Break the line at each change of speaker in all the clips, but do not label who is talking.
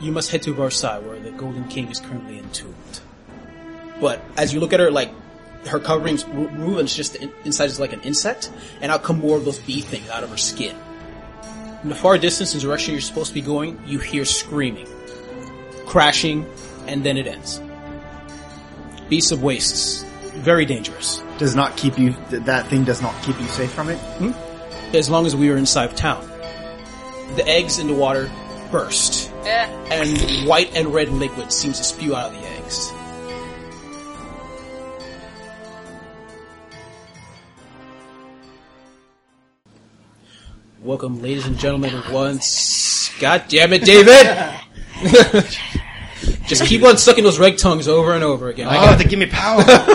you must head to Versailles, where the Golden King is currently entombed. But as you look at her, like her coverings, Ru- Reuben's just in- inside is like an insect, and out come more of those bee things out of her skin. In the far distance, in the direction you're supposed to be going, you hear screaming, crashing, and then it ends. Beasts of wastes, very dangerous.
Does not keep you, th- that thing does not keep you safe from it?
As long as we are inside of town, the eggs in the water burst,
Eh.
and white and red liquid seems to spew out of the eggs. Welcome, ladies and gentlemen, once. God damn it, David! Just keep on sucking those reg tongues over and over again.
Oh, they give me power.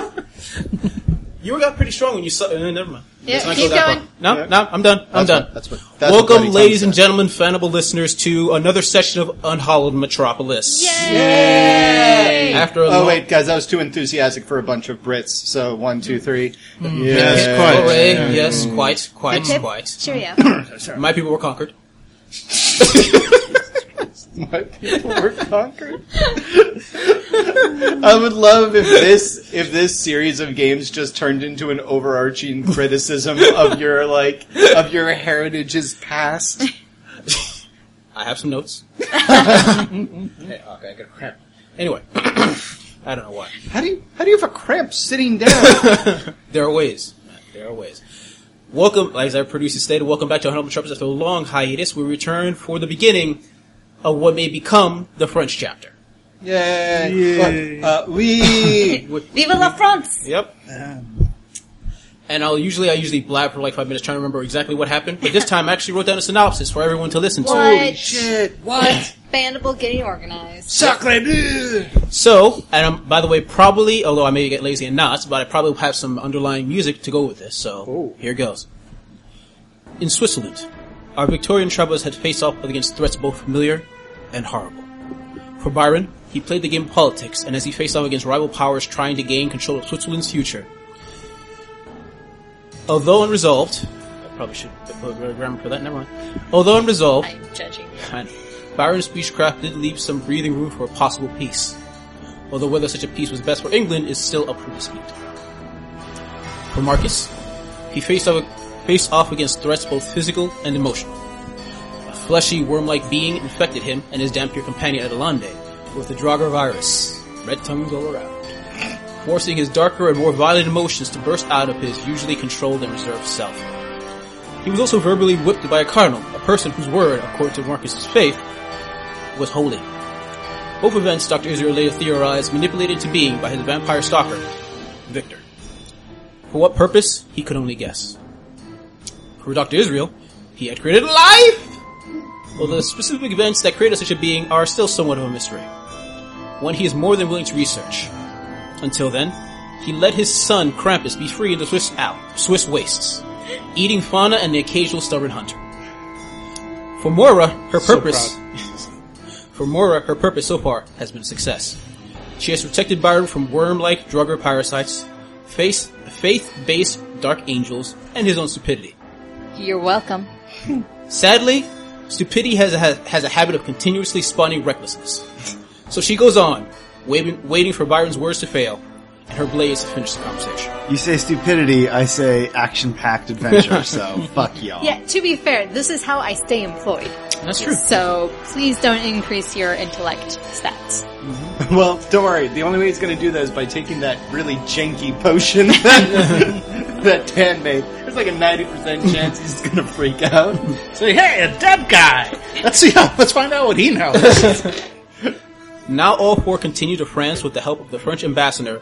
You got pretty strong when you suck. Uh, never mind.
Yeah,
Let's not
keep
go that
going.
far. No, no, I'm done. I'm
That's
done.
what- that's what- that's what
Welcome,
Bloody Tom
ladies and
said.
gentlemen, fanable listeners, to another session of Unhollowed Metropolis.
Yay!
After a
oh
long-
wait, guys, I was too enthusiastic for a bunch of Brits. So one, two, three. Yeah.
Oh, wait, yes, quite, quite,
Mm.
Okay.
quite.
Cheerio.
My people were conquered.
My people were conquered. I would love if this if this series of games just turned into an overarching criticism of your like of your heritage's past.
I have some notes.
Okay, I got a cramp.
Anyway, I don't know why.
How do you how do you have a cramp sitting down?
There are ways. There are ways. Welcome, as our producer stated, welcome back to Unhollowed Metropolis after a long hiatus. We return for the beginning of what may become the French chapter.
Yeah. Uh, we.
Viva la France!
Yep. Uh-huh. And I'll usually I usually blab for like five minutes trying to remember exactly what happened, but this time I actually wrote down a synopsis for everyone to listen to.
What?
Shit.
What? Bandable getting organized.
Sacre bleu.
So, and um, by the way, probably although I may get lazy and not, but I probably will have some underlying music to go with this. So here goes. In Switzerland, our Victorian travelers had faced off against threats both familiar and horrible. For Byron, he played the game of politics, and as he faced off against rival powers trying to gain control of Switzerland's future, although unresolved, I probably should put a grammar for that. Never mind. Although unresolved,
I'm judging you.
China. Byron's speechcraft did leave some breathing room for a possible peace, although whether such a peace was best for England is still up for dispute. For Marcus, he faced off, faced off against threats both physical and emotional. A fleshy, worm-like being infected him and his dampier companion Adelande with the Draugr virus, red tongues all around, forcing his darker and more violent emotions to burst out of his usually controlled and reserved self. He was also verbally whipped by a cardinal, a person whose word, according to Marcus's faith, was holy. Both events, Dr. Israel later theorized, manipulated to being by his vampire stalker, Victor. For what purpose, he could only guess. For Dr. Israel, he had created life! Although the specific events that created such a being are still somewhat of a mystery. One he is more than willing to research. Until then, he let his son, Krampus, be free in the Swiss Alps, Swiss wastes eating fauna and the occasional stubborn hunter. For Mora, her purpose For Mora, her purpose so far has been a success. She has protected Byron from worm-like drugger parasites, face faith-based dark angels, and his own stupidity.
You're welcome.
Sadly, stupidity has a, has a habit of continuously spawning recklessness. So she goes on, waiting, waiting for Byron's words to fail, and her blades to finish the conversation.
You say stupidity, I say action-packed adventure, so fuck y'all.
Yeah, to be fair, this is how I stay employed.
That's true.
So please don't increase your intellect stats.
Well, don't worry. The only way he's going to do that is by taking that really janky potion that, that Dan made. There's like a ninety percent chance he's going to freak out.
Say, hey, a dead guy. Let's see how. Let's find out what he knows.
Now all four continue to France with the help of the French ambassador,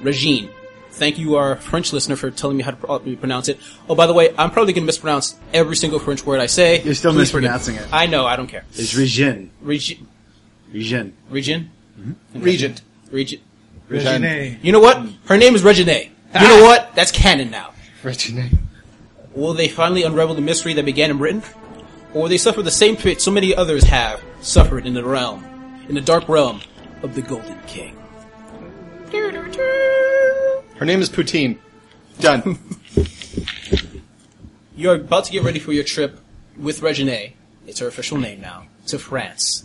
Regine. Thank you, our French listener, for telling me how to properly pronounce it. Oh, by the way, I'm probably going to mispronounce every single French word I say.
You're still
Please forgive me.
mispronouncing it.
I know, I don't care.
It's Regin.
Regi-
Regin.
Regine?
Regent.
Regine?
Regine.
You know what? Her name is Regine. You know what? That's canon now.
Regine.
Will they finally unravel the mystery that began in Britain? Or will they suffer the same fate so many others have suffered in the realm, in the dark realm of the Golden King?
Her name is Poutine. Done.
You're about to get ready for your trip with Regine. It's her official name now to France.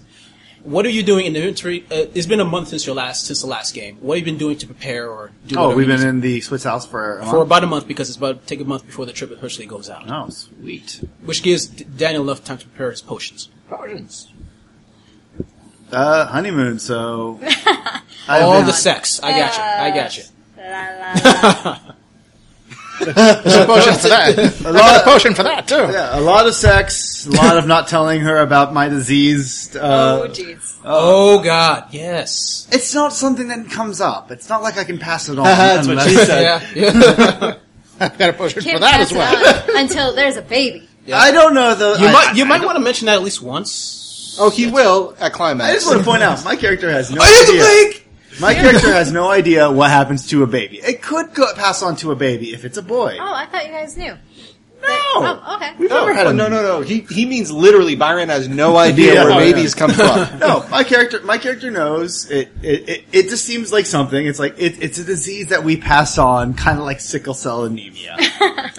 What are you doing in the inventory? Uh, it's been a month since your last since the last game. What have you been doing to prepare or do?
Oh,
whatever
we've
you
been
need
in the Swiss house for a
to- for
month.
about a month because it's about take a month before the trip officially goes out,
Oh, sweet.
which gives D- Daniel enough time to prepare his potions.
Potions.
Uh, honeymoon, so. I
All
have
the
been,
sex. I got you. I got you.
There's a potion for that. I got a potion for that too.
yeah, a lot of sex, a lot of not telling her about my disease.
oh
Uh,
jeez.
Oh God, yes.
it's not something that comes up. It's not like I can pass it on.
That's what she
unless-
said.
Yeah, yeah.
I got a potion for
Can't
that
pass
as
it
well.
on until there's a baby.
I don't know though.
You
I,
might you might want to mention that at least once.
Oh, he will at
I
climax.
just want to point out my character has no
it's
idea.
big.
My character has no idea what happens to a baby. It could go, pass on to a baby if it's a boy.
Oh, I thought you guys knew. No. oh, okay.
We've
No,
never had a
no, no, no. He he means literally. Byron has no idea
Yeah.
where
Oh, yeah.
babies come from.
No, my character, my character knows it. It, it, it just seems like something. It's like it, it's a disease that we pass on, kind of like sickle cell anemia.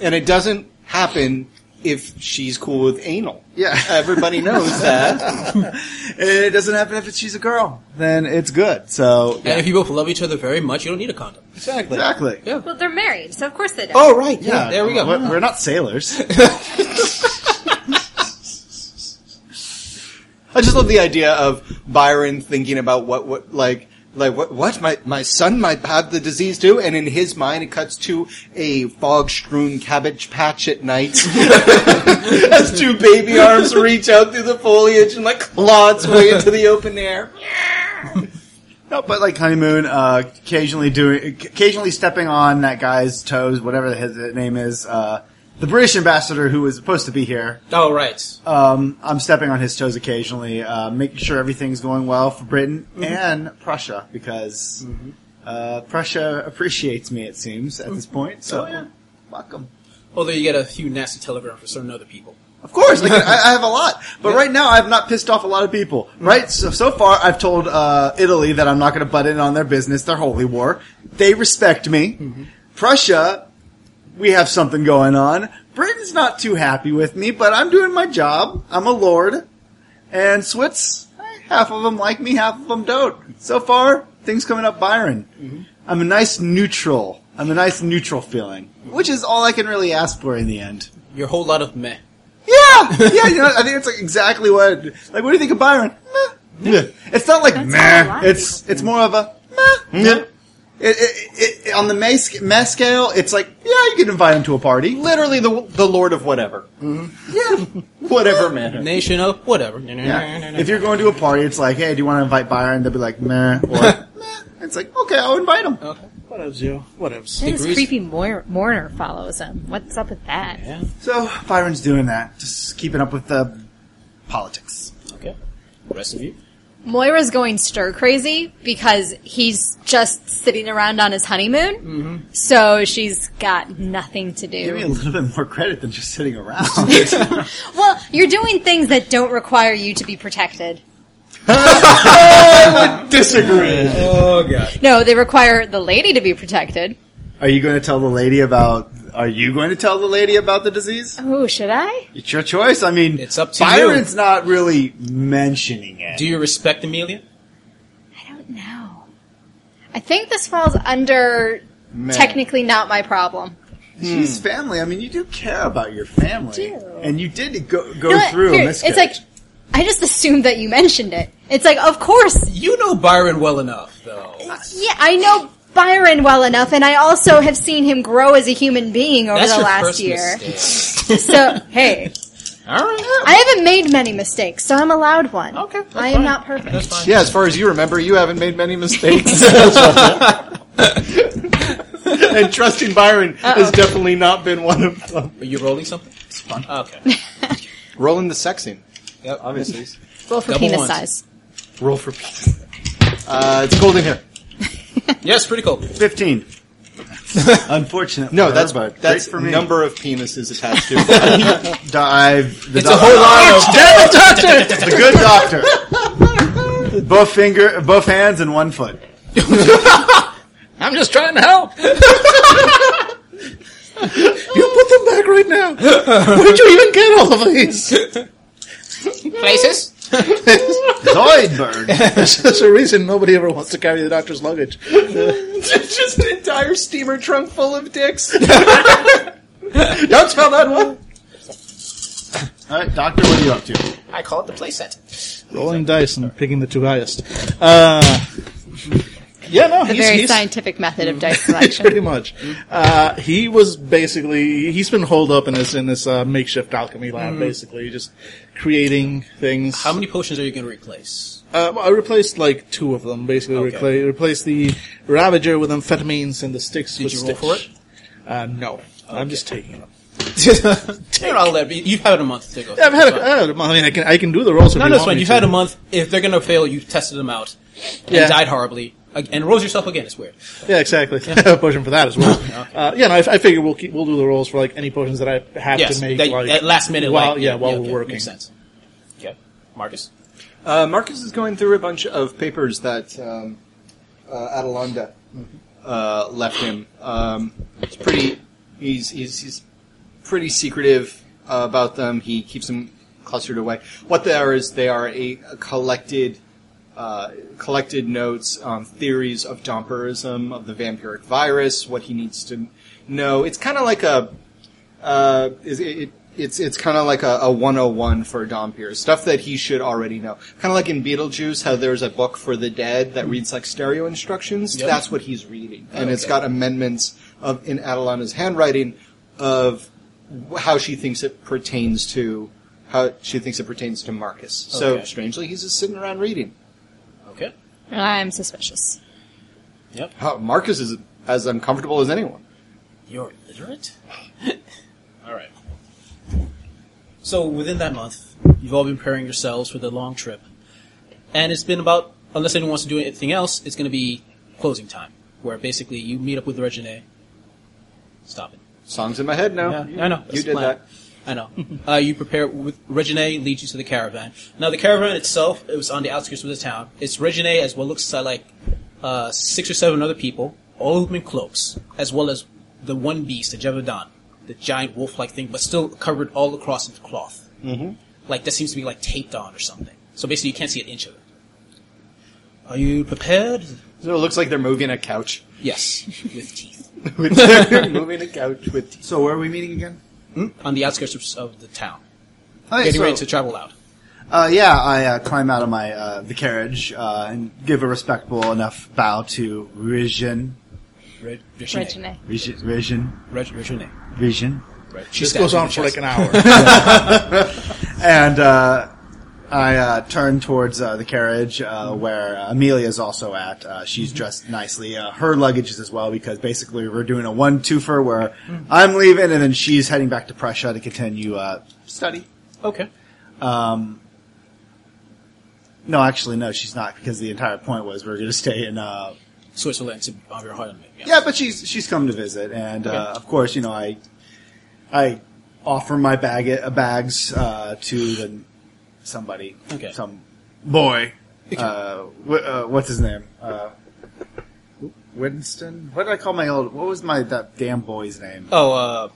and it doesn't happen if she's cool with anal.
Yeah.
everybody knows that.
and it doesn't happen if it's, she's a girl. Then it's good. So
And if you both love each other very much, you don't need a condom.
exactly.
exactly.
Yeah.
Well, they're married, so of course they don't.
Oh right, yeah.
there we go.
We're, we're not sailors.
I just love the idea of Byron thinking about what what like like what what my my son might have the disease too, and in his mind it cuts to a fog strewn cabbage patch at night as two baby arms reach out through the foliage and like claw its way into the open air.
No, but like honeymoon, uh, occasionally doing, occasionally stepping on that guy's toes, whatever his name is. Uh, the British ambassador who was supposed to be here.
Oh right.
Um, I'm stepping on his toes occasionally, uh, making sure everything's going well for Britain
Mm-hmm.
and Prussia because uh, Prussia appreciates me. It seems at this point. So
Oh, yeah.
welcome.
Although you get a few nasty telegrams from certain other people.
Of course, like, I, I have a lot, but right now I've not pissed off a lot of people. Right, so so far I've told uh, Italy that I'm not going to butt in on their business, their holy war. They respect me. Prussia, we have something going on. Britain's not too happy with me, but I'm doing my job. I'm a lord, and Swiss, eh, half of them like me, half of them don't. So far, things coming up, Byron. I'm a nice neutral. I'm a nice neutral feeling, which is all I can really ask for in the end.
Your whole lot of meh.
Yeah, yeah, you know, I think it's like exactly what. Like, what do you think of Byron? Meh. It's not like
how a
meh.
lot of
It's it's more of a meh. It, it, it, it, on the meh, sc- meh scale, it's like yeah, you can invite him to a party.
Literally the the Lord of whatever,
Yeah,
whatever manner.
Nation of whatever.
yeah. If you're going to a party, it's like hey, do you want to invite Byron? They'll be like meh or meh. It's like okay, I'll invite him.
Okay.
Whatevs, yo. Whatevs.
Then this
degrees.
creepy moir- mourner follows him. What's up with that?
Yeah.
So Byron's doing that, just keeping up with the politics.
Okay. Rest of you.
Moira's going stir crazy because he's just sitting around on his honeymoon.
Mm-hmm.
So she's got nothing to do.
Give me a little bit more credit than just sitting around.
Well, you're doing things that don't require you to be protected.
Disagree.
Oh god.
No, they require the lady to be protected.
Are you going to tell the lady about? Are you going to tell the lady about the disease?
Oh, should I?
It's your choice. I mean,
It's up to
Byron's not really mentioning it.
Do you respect Amelia?
I don't know. I think this falls under technically not my problem.
Hmm.
She's family. I mean, you do care about your family,
do.
and you did go go
You know what?
through.
Here,
a
it's
miscarriage.
like I just assumed that you mentioned it. It's like, of course.
You know Byron well enough, though.
Yeah, I know Byron well enough, and I also have seen him grow as a human being over
That's
the
your
last
first
year.
mistake.
So hey,
All right.
I haven't made many mistakes, so I'm allowed one.
Okay, that's
I am
fine.
not perfect.
That's fine.
Yeah, as far as you remember, you haven't made many mistakes. and trusting Byron has definitely not been one of them.
Are you rolling something? It's
fun.
Okay.
Rolling the sexing.
Yep.
Obviously.
Roll for
Double
penis
ones.
size.
Roll for peace. Uh, it's cold in here.
Yes, pretty cool.
fifteen. Unfortunate.
No,
for
that's
her, but
that's
great for me.
number of penises attached to.
Dive. The
It's a
doc-
whole lot of.
the good doctor. both finger, both hands, and one foot.
I'm just trying to help.
you put them back right now.
Where'd you even get all of these?
Places?
Zoidberg.
There's a reason nobody ever wants to carry the doctor's luggage.
Just an entire steamer trunk full of dicks. Don't smell that one.
All right, Doctor, what are you up to?
I call it the playset.
Rolling dice and picking the two highest. Uh, yeah, no,
The
he's,
very
he's-
scientific method of dice selection.
pretty much. Uh, he was basically he's been holed up in this in this uh, makeshift alchemy lab, basically just creating things.
Mm-hmm. How many potions are you going to replace?
Uh, well, I replaced like two of them. Basically,
Okay.
Repla- replaced the Ravager with amphetamines and the sticks.
Did
with
you roll
Stitch.
for it?
Uh, no, I'm just taking them.
You're not allowed- You've had a month to go.
I've had a,
It's fine.
uh, I, don't know, I mean, I can I can do the rolls. if
No,
you
no, it's
want
fine.
me
You've
to.
had a month. If they're gonna fail, you tested them out and
Yeah.
died horribly Ag- and rose yourself again. It's weird.
Yeah, exactly. a potion for that as well. Uh, yeah, no, I, I figure we'll keep, we'll do the rolls for like any potions that I have
Yes,
to make
that,
like
that last minute.
While,
like,
yeah, while
okay,
we're working.
makes sense. Yeah, Marcus.
Uh, Marcus is going through a bunch of papers that um, uh, Adelanda uh, left him. Um, it's pretty. He's he's he's pretty secretive uh, about them. He keeps them clustered away. What they are is they are a, a collected. Uh, collected notes on theories of Domperism, of the vampiric virus, what he needs to know. It's kind of like a uh, is it, it, it's it's kind of like a, a 101 for Dompier stuff that he should already know. Kind of like in Beetlejuice, how there's a book for the dead that reads like stereo instructions.
Yep.
That's what he's reading, and it's
Okay.
got amendments of in Adelanda's handwriting of wh- how she thinks it pertains to how she thinks it pertains to Marcus. So
Okay.
strangely, he's just sitting around reading.
Okay.
I'm suspicious.
Huh, Marcus is as uncomfortable as anyone.
You're illiterate? Alright. So, within that month, you've all been preparing yourselves for the long trip. And it's been about, unless anyone wants to do anything else, it's going to be closing time, where basically you meet up with Regine. Stop it.
Songs in my head now.
Yeah, I know. That's
You
the
did
plan.
that.
I know. uh, you prepare with Regine leads you to the caravan. Now the caravan itself it was on the outskirts of the town. It's Regine as well looks like uh, six or seven other people, all of them in cloaks, as well as the one beast, the Jevadon, the giant wolf-like thing, but still covered all across with cloth. Mm-hmm. Like that seems to be like taped on or something. So basically, you can't see an inch of it. Are you prepared?
So it looks like they're moving a couch.
Yes, with teeth.
moving a couch with
So, where are we meeting again?
On the outskirts of- of the town,
All right,
getting
so-
ready to travel out.
Uh, yeah, I uh, climb out of my uh, the carriage uh, and give a respectful enough bow to Rizhin.
Reg- Regine.
Regine.
Rizhin, Rizhin,
Reg- Regine.
Rizhin.
Right.
This goes on for like an hour.
And uh, I uh, turn towards uh, the carriage uh, where Amelia is also at. Uh, she's dressed nicely. Uh, her luggage is as well because basically we're doing a one twofer where I'm leaving and then she's heading back to Prussia to continue uh, study.
Okay.
No, actually, no, she's not because the entire point was we're going to stay in. Uh,
Switzerland to on your heart on me.
yeah, but she's she's come to visit, and uh,
Okay.
of course, you know, I I offer my bag uh, bags uh, to the somebody,
Okay.
some boy. Uh, wh- uh, what's his name? Uh, Winston. What did I call my old? What was my that damn boy's name?
Oh, uh,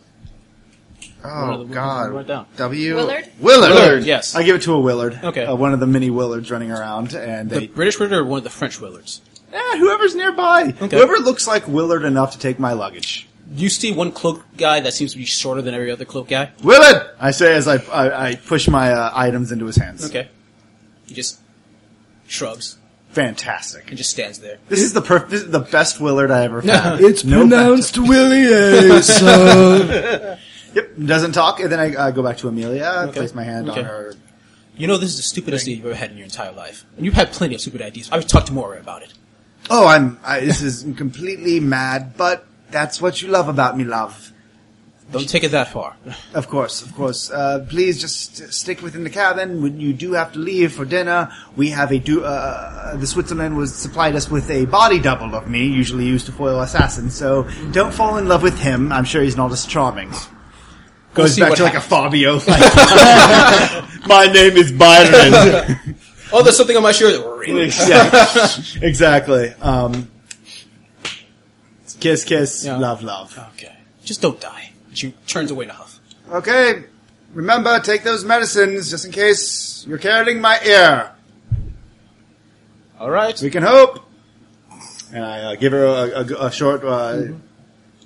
one of
Oh
the ones
God!
we wrote down.
W
Willard?
Willard.
Willard, yes.
I give it to a Willard.
Okay.
Uh, one of the many Willards running around, and
the
they
British Willard or one of the French Willards?
Yeah, whoever's nearby.
Okay.
Whoever looks like Willard enough to take my luggage.
You see one cloak guy that seems to be shorter than every other cloak guy.
Willard! I say as I, I, I push my uh, items into his hands.
Okay. He just shrugs
Fantastic.
and just stands there.
This is the perf- this is the best Willard I ever found.
It's
No pronounced
Willie,
yep, doesn't talk. And then I uh, go back to Amelia,
Okay.
place my hand
Okay.
on her.
You know, this is the stupidest idea you've ever had in your entire life. And you've had plenty of stupid ideas. I was talking to Moira about it.
Oh, I'm. I, this is completely mad, but that's what you love about me, love.
Don't take it that far.
Of course, of course. Uh, please just stick within the cabin. When you do have to leave for dinner, we have a do. Uh, the Switzerland was supplied us with a body double of me, usually used to foil assassins. So don't fall in love with him. I'm sure he's not as charming.
We'll
Goes
see
back
what
to like a Fabio. Like, My name is Byron.
Oh, there's something on my shirt. Really?
yeah, exactly. Um, kiss, kiss,
Yeah.
love, love.
Okay. Just don't die. She turns away in a huff.
Okay, Remember, take those medicines just in case you're carrying my ear.
All right.
We can hope. And I uh, give her a, a, a short uh,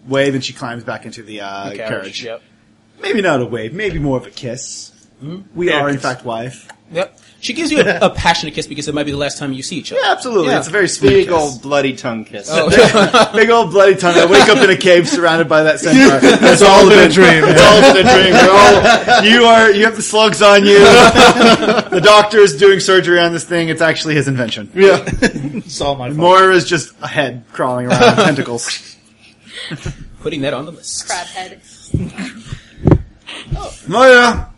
wave, and she climbs back into the, uh,
Carriage,
carriage.
Yep.
Maybe not a wave, maybe more of a kiss. We
Yeah,
are, in
kiss.
fact, wife.
Yep. She gives you a, a passionate kiss because it might be the last time you see each other.
Yeah, absolutely.
Yeah.
It's a very sweet
Big
kiss.
old bloody tongue kiss.
Oh.
Big old bloody tongue. I wake up in a cave surrounded by that centaur. That's all been a dream. It's all been a dream. We're all- you are. You have the slugs on you. the doctor is doing surgery on this thing. It's actually his invention.
Yeah, it's all my fault.
Moira is just a head crawling around with tentacles.
Putting that on the list.
Crab head.
Moira.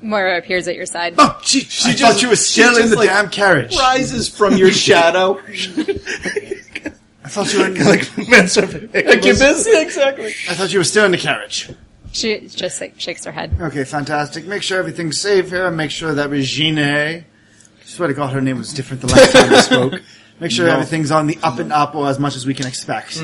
Moira appears at your side.
Oh, she. She just. You were still
just,
in the
like,
damn carriage.
Rises from your shadow.
I thought you were. In,
like men's
exactly.
I thought you were still in the carriage.
She just like, shakes her head.
Okay, fantastic. Make sure everything's safe here. Make sure that Regine, I swear to God, her name was different the last time we spoke. Make sure everything's on the up and up or as much as we can expect.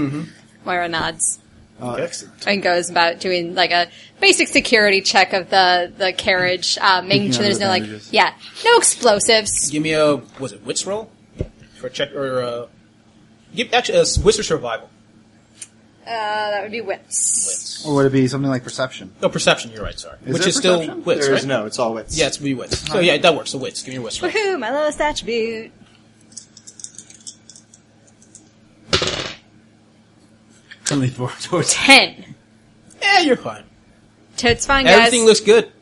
Moira nods
Uh,
and goes about doing like a basic security check of the the carriage, uh, making sure
out
there's
the
no like
bandages.
yeah, no explosives.
Give me a was it wits roll for check or uh, give actually a wits or survival.
Uh, that would be whips.
Wits.
Or would it be something like perception?
No Oh, perception. You're right. Sorry,
Is
which
there
is still
perception?
wits,
There
right?
is no, it's all wits.
Yeah, it's be wits. So yeah, that works. So wits. Give me your wits roll.
Woohoo! My lowest attribute.
Only four towards.
Ten.
Yeah, you're fine.
Totes fine, guys.
Everything looks good.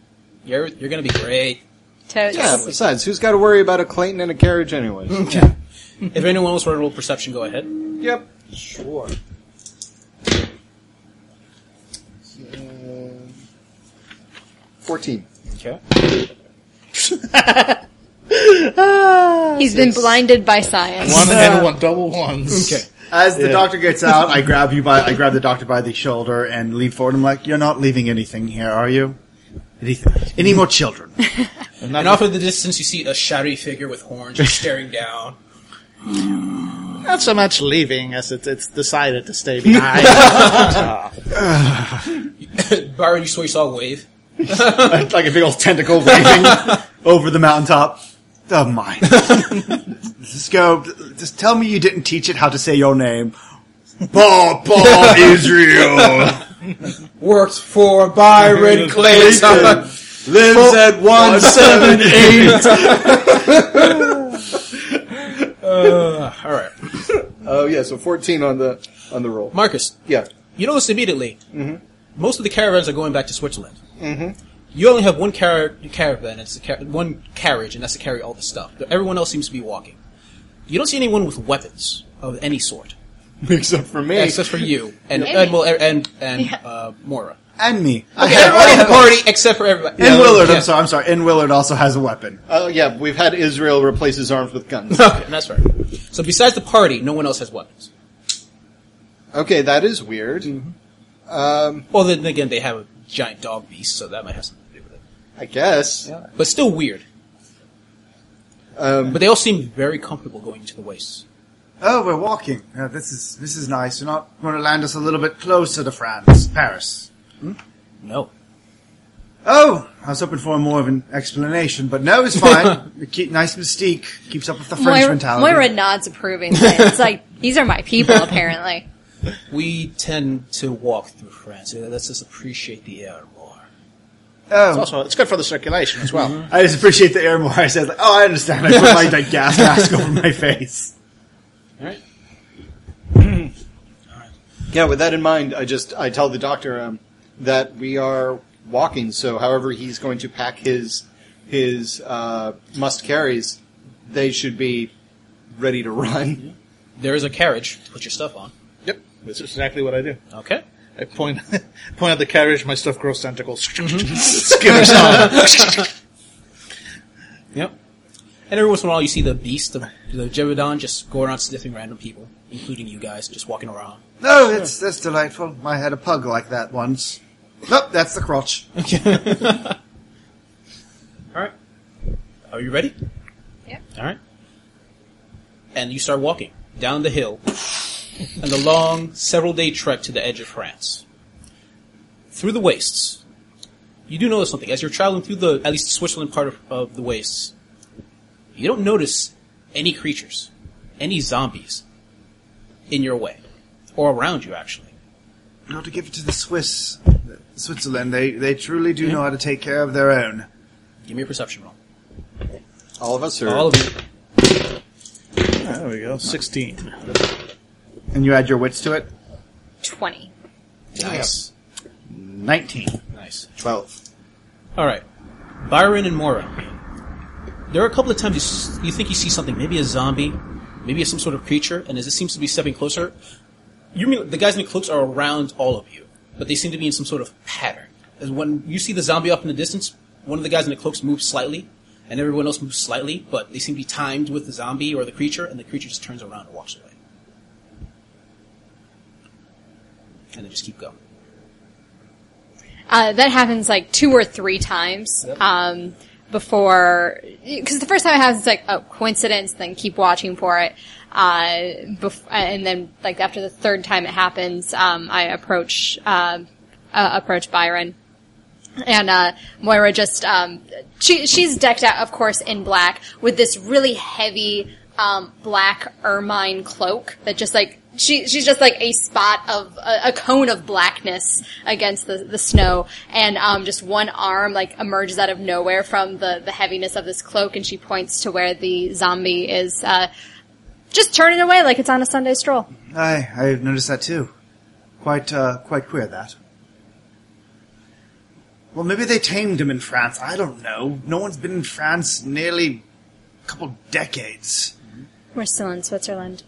You're you're gonna be great.
Totes.
Yeah, besides, who's got to worry about a Clayton and a carriage anyway?
If anyone else wants to roll perception, go ahead.
Yep.
Sure.
Fourteen.
Okay.
He's been blinded by science.
One and one double ones.
Okay.
As the
Yeah.
doctor gets out, I grab you by I grab the doctor by the shoulder and lean forward. I'm like, "You're not leaving anything here, are you? Anything? Any more children?"
And off of the distance, you see a shadowy figure with horns just staring down.
Not so much leaving as it's, it's decided to stay behind.
Byron, you saw you saw a wave.
like a big old tentacle waving over the mountaintop. Oh my. just go, just tell me you didn't teach it how to say your name. Paw Paw Israel.
Worked for Byron Clayton.
Lives at one seven eight.
uh, all right,
Oh yeah, so fourteen on the on the roll.
Marcus.
Yeah.
You notice immediately, most of the caravans are going back to Switzerland. Mm-hmm. You only have one car- caravan, it's a car- one carriage, and that's to carry all the stuff. Everyone else seems to be walking. You don't see anyone with weapons of any sort,
Except for me.
except for you and
Maybe.
and well, er- and and
Yeah.
uh, Mora.
and me.
Everybody in the party except for everybody.
and Willard,
Yeah.
I'm sorry, I'm sorry. And Willard also has a weapon.
Oh yeah, we've had Israel replace his arms with guns.
Okay, that's right. So besides the party, no one else has weapons.
okay, that is weird. Um,
Well, then again, they have a giant dog beast, so that might have something to do with it.
I guess.
But still weird.
Um,
But they all seem very comfortable going to the wastes.
Oh, we're walking. Uh, this is this is nice. You're not going to land us a little bit closer to France, Paris.
No.
Oh, I was hoping for more of an explanation, but no, it's fine. We keep, nice mystique. Keeps up with the French
Moira,
mentality.
Moira nods approvingly. It's like these are my people, apparently.
We tend to walk through France. Uh, Let's just appreciate the air more.
oh,
also, it's good for the circulation as well.
I just appreciate the air more. I said, like, oh, I understand. I put my like, gas mask over my face.
All right.
yeah, with that in mind, I just I tell the doctor um, that we are walking. So, however, he's going to pack his his uh, must carries. They should be ready to run.
There is a carriage to put your stuff on.
Yep, that's exactly what I do.
Okay.
I point point at the carriage. My stuff grows tentacles.
Mm-hmm.
Skimmers on.
Yep. And every once in a while, you see the beast, the, the Jebedon, just go around sniffing random people, including you guys, just walking around.
No, it's that's delightful. I had a pug like that once. Nope, that's the crotch.
All right. Are you ready?
Yeah.
All right. And you start walking down the hill and the long, several day trek to the edge of France. Through the wastes, you do notice something as you're traveling through the at least Switzerland part of, of the wastes. You don't notice any creatures, any zombies, in your way or around you. Actually,
Not to give it to the Swiss, Switzerland. They they truly do know how to take care of their own.
give me a perception roll.
All of us are.
All of you.
There we go. 16.
And you add your wits to it.
20.
Nice.
Nineteen.
Nice.
12.
All right, Byron and Mora. There are a couple of times you, s- you think you see something, maybe a zombie, maybe some sort of creature, and as it seems to be stepping closer, you mean the guys in the cloaks are around all of you, but they seem to be in some sort of pattern. As when you see the zombie off in the distance, one of the guys in the cloaks moves slightly, and everyone else moves slightly, but they seem to be timed with the zombie or the creature, and the creature just turns around and walks away, and they just keep going.
Uh, that happens like two or three times um, before, because the first time it happens, it's like, oh, coincidence, then keep watching for it. Uh, bef- and then, like, after the third time it happens, um, I approach, uh, uh, approach Byron. And uh, Moira just um, she she's decked out, of course, in black with this really heavy um, black ermine cloak that just like she she's just like a spot of a, a cone of blackness against the the snow, and um, just one arm like emerges out of nowhere from the the heaviness of this cloak, and she points to where the zombie is. Uh, just turning away like it's on a Sunday stroll.
I I noticed that too. Quite uh, quite queer that. Well, maybe they tamed him in France. I don't know. No one's been in France nearly a couple decades.
We're still in Switzerland.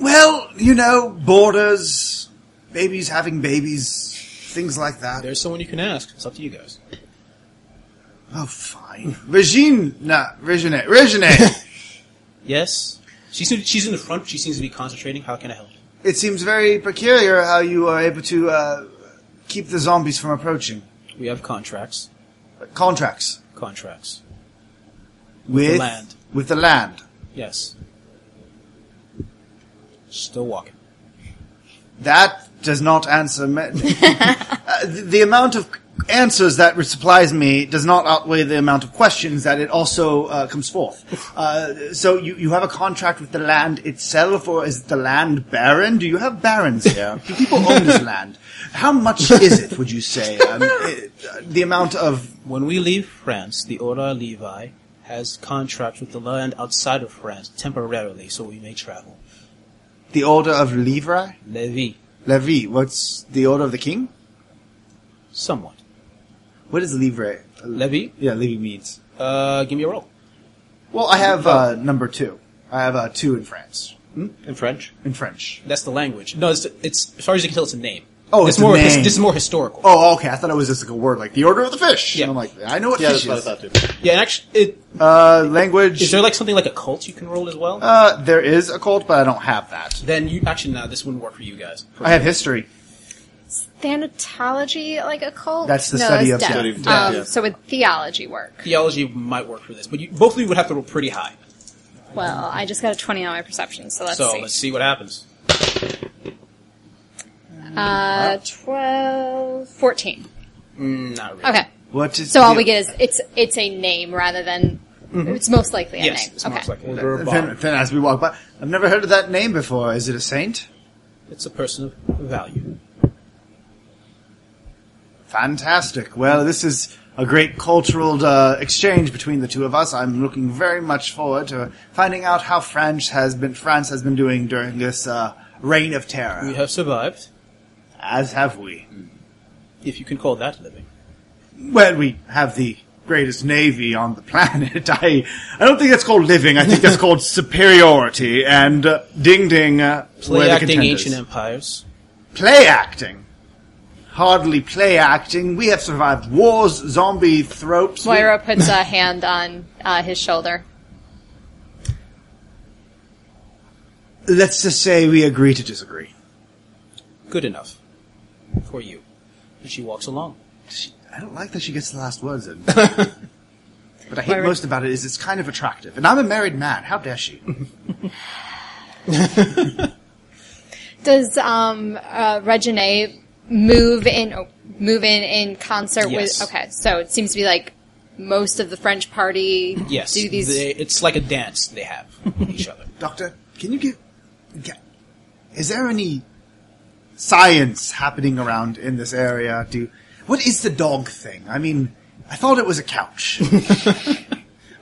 Well, you know, borders, babies having babies, things like that.
There's someone you can ask. It's up to you guys.
Oh, fine. Regine, nah, Regine, Regine.
Yes. She's she's in the front. She seems to be concentrating. How can I help? you?
it seems very peculiar how you are able to uh, keep the zombies from approaching.
We have contracts.
Contracts
Contracts.
with,
the land.
With the land.
Yes. Still walking.
That does not answer me. uh, the, the amount of answers that re- supplies me does not outweigh the amount of questions that it also uh, comes forth. Uh, so you, you have a contract with the land itself, or is it the land baron? Do you have barons here? Do people own this land? How much is it, would you say? Um, it, uh, the amount of...
When we leave France, the Order Levi has contracts with the land outside of France temporarily, so we may travel.
The Order of Livre?
Levi,
Levi, what's the Order of the King?
somewhat.
What is Livre?
Levi,
Yeah, Levi means.
uh, give me a roll.
Well, I have uh, number two. I have uh, two in France.
In French.
In French.
That's the language. No, it's, it's as far as you can tell, it's a name.
Oh,
This
it's a
more.
name.
This, this is more historical.
Oh, okay. I thought it was just like a word, like the order of the fish.
Yeah.
And I'm like, I know what
Yeah,
fish
that's what I
is.
thought too.
Yeah, and actually, it,
Uh, language.
is there like something like a cult you can roll as well?
uh, there is a cult, but I don't have that.
then you actually, no, this wouldn't work for you guys.
I have history.
Thanatology, like a cult.
That's the study of
death.
death.
Study of death,
Um,
yeah.
So would theology work?
theology might work for this, but you, both of you would have to roll pretty high.
Well, I just got a 20 on my perception, so let's
so
see.
let's see what happens.
uh, 12, 14.
Not really.
Okay.
What is
So all
the-
we get is it's it's a name rather than it's most likely a
Mm-hmm. Yes,
name.
it's
okay.
most likely.
Order of
Then,
Bob.
then as we walk by, I've never heard of that name before. Is it a saint?
It's a person of value.
Fantastic. Well, this is a great cultural uh, exchange between the two of us. I'm looking very much forward to finding out how France has been France has been doing during this uh, reign of terror.
We have survived,
As have we.
if you can call that living.
Well, we have the greatest navy on the planet. I, I don't think that's called living. I think that's called superiority. And uh, ding ding, uh, we're
Play
the
acting
contenders.
ancient empires.
Play acting. Hardly play acting. We have survived wars, zombie thropes. We-
Moira puts a hand on uh, his shoulder.
Let's just say we agree to disagree.
Good enough for you. And she walks along.
She, I don't like that she gets the last words in. But I hate
Moira-
most about it is it's kind of attractive. And I'm a married man. How dare she?
Does um, uh, Regine move in oh, move in in concert
Yes.
with. Okay, so it seems to be like most of the French party
Yes,
do these.
they- it's like a dance they have with each other.
Doctor, can you give? ge- Is there any science happening around in this area? Do what is the dog thing? I mean, I thought it was a couch.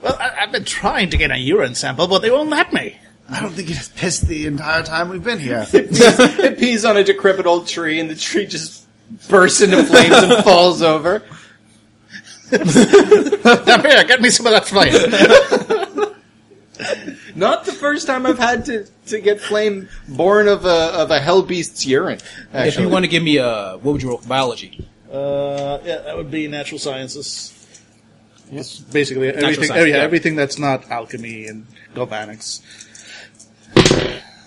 Well, I, I've been trying to get a urine sample, but they won't let me.
I don't think it has pissed the entire time we've been here.
it pees on a decrepit old tree, and the tree just bursts into flames and falls over.
Come here, get me some of that flame.
Not the first time I've had to, to get flame born of a of a hell beast's urine. Actually.
If you want to give me a what would you roll for biology?
uh, yeah, that would be natural sciences. Yes. Basically, everything,
science,
yeah,
yeah.
everything that's not alchemy and galvanics.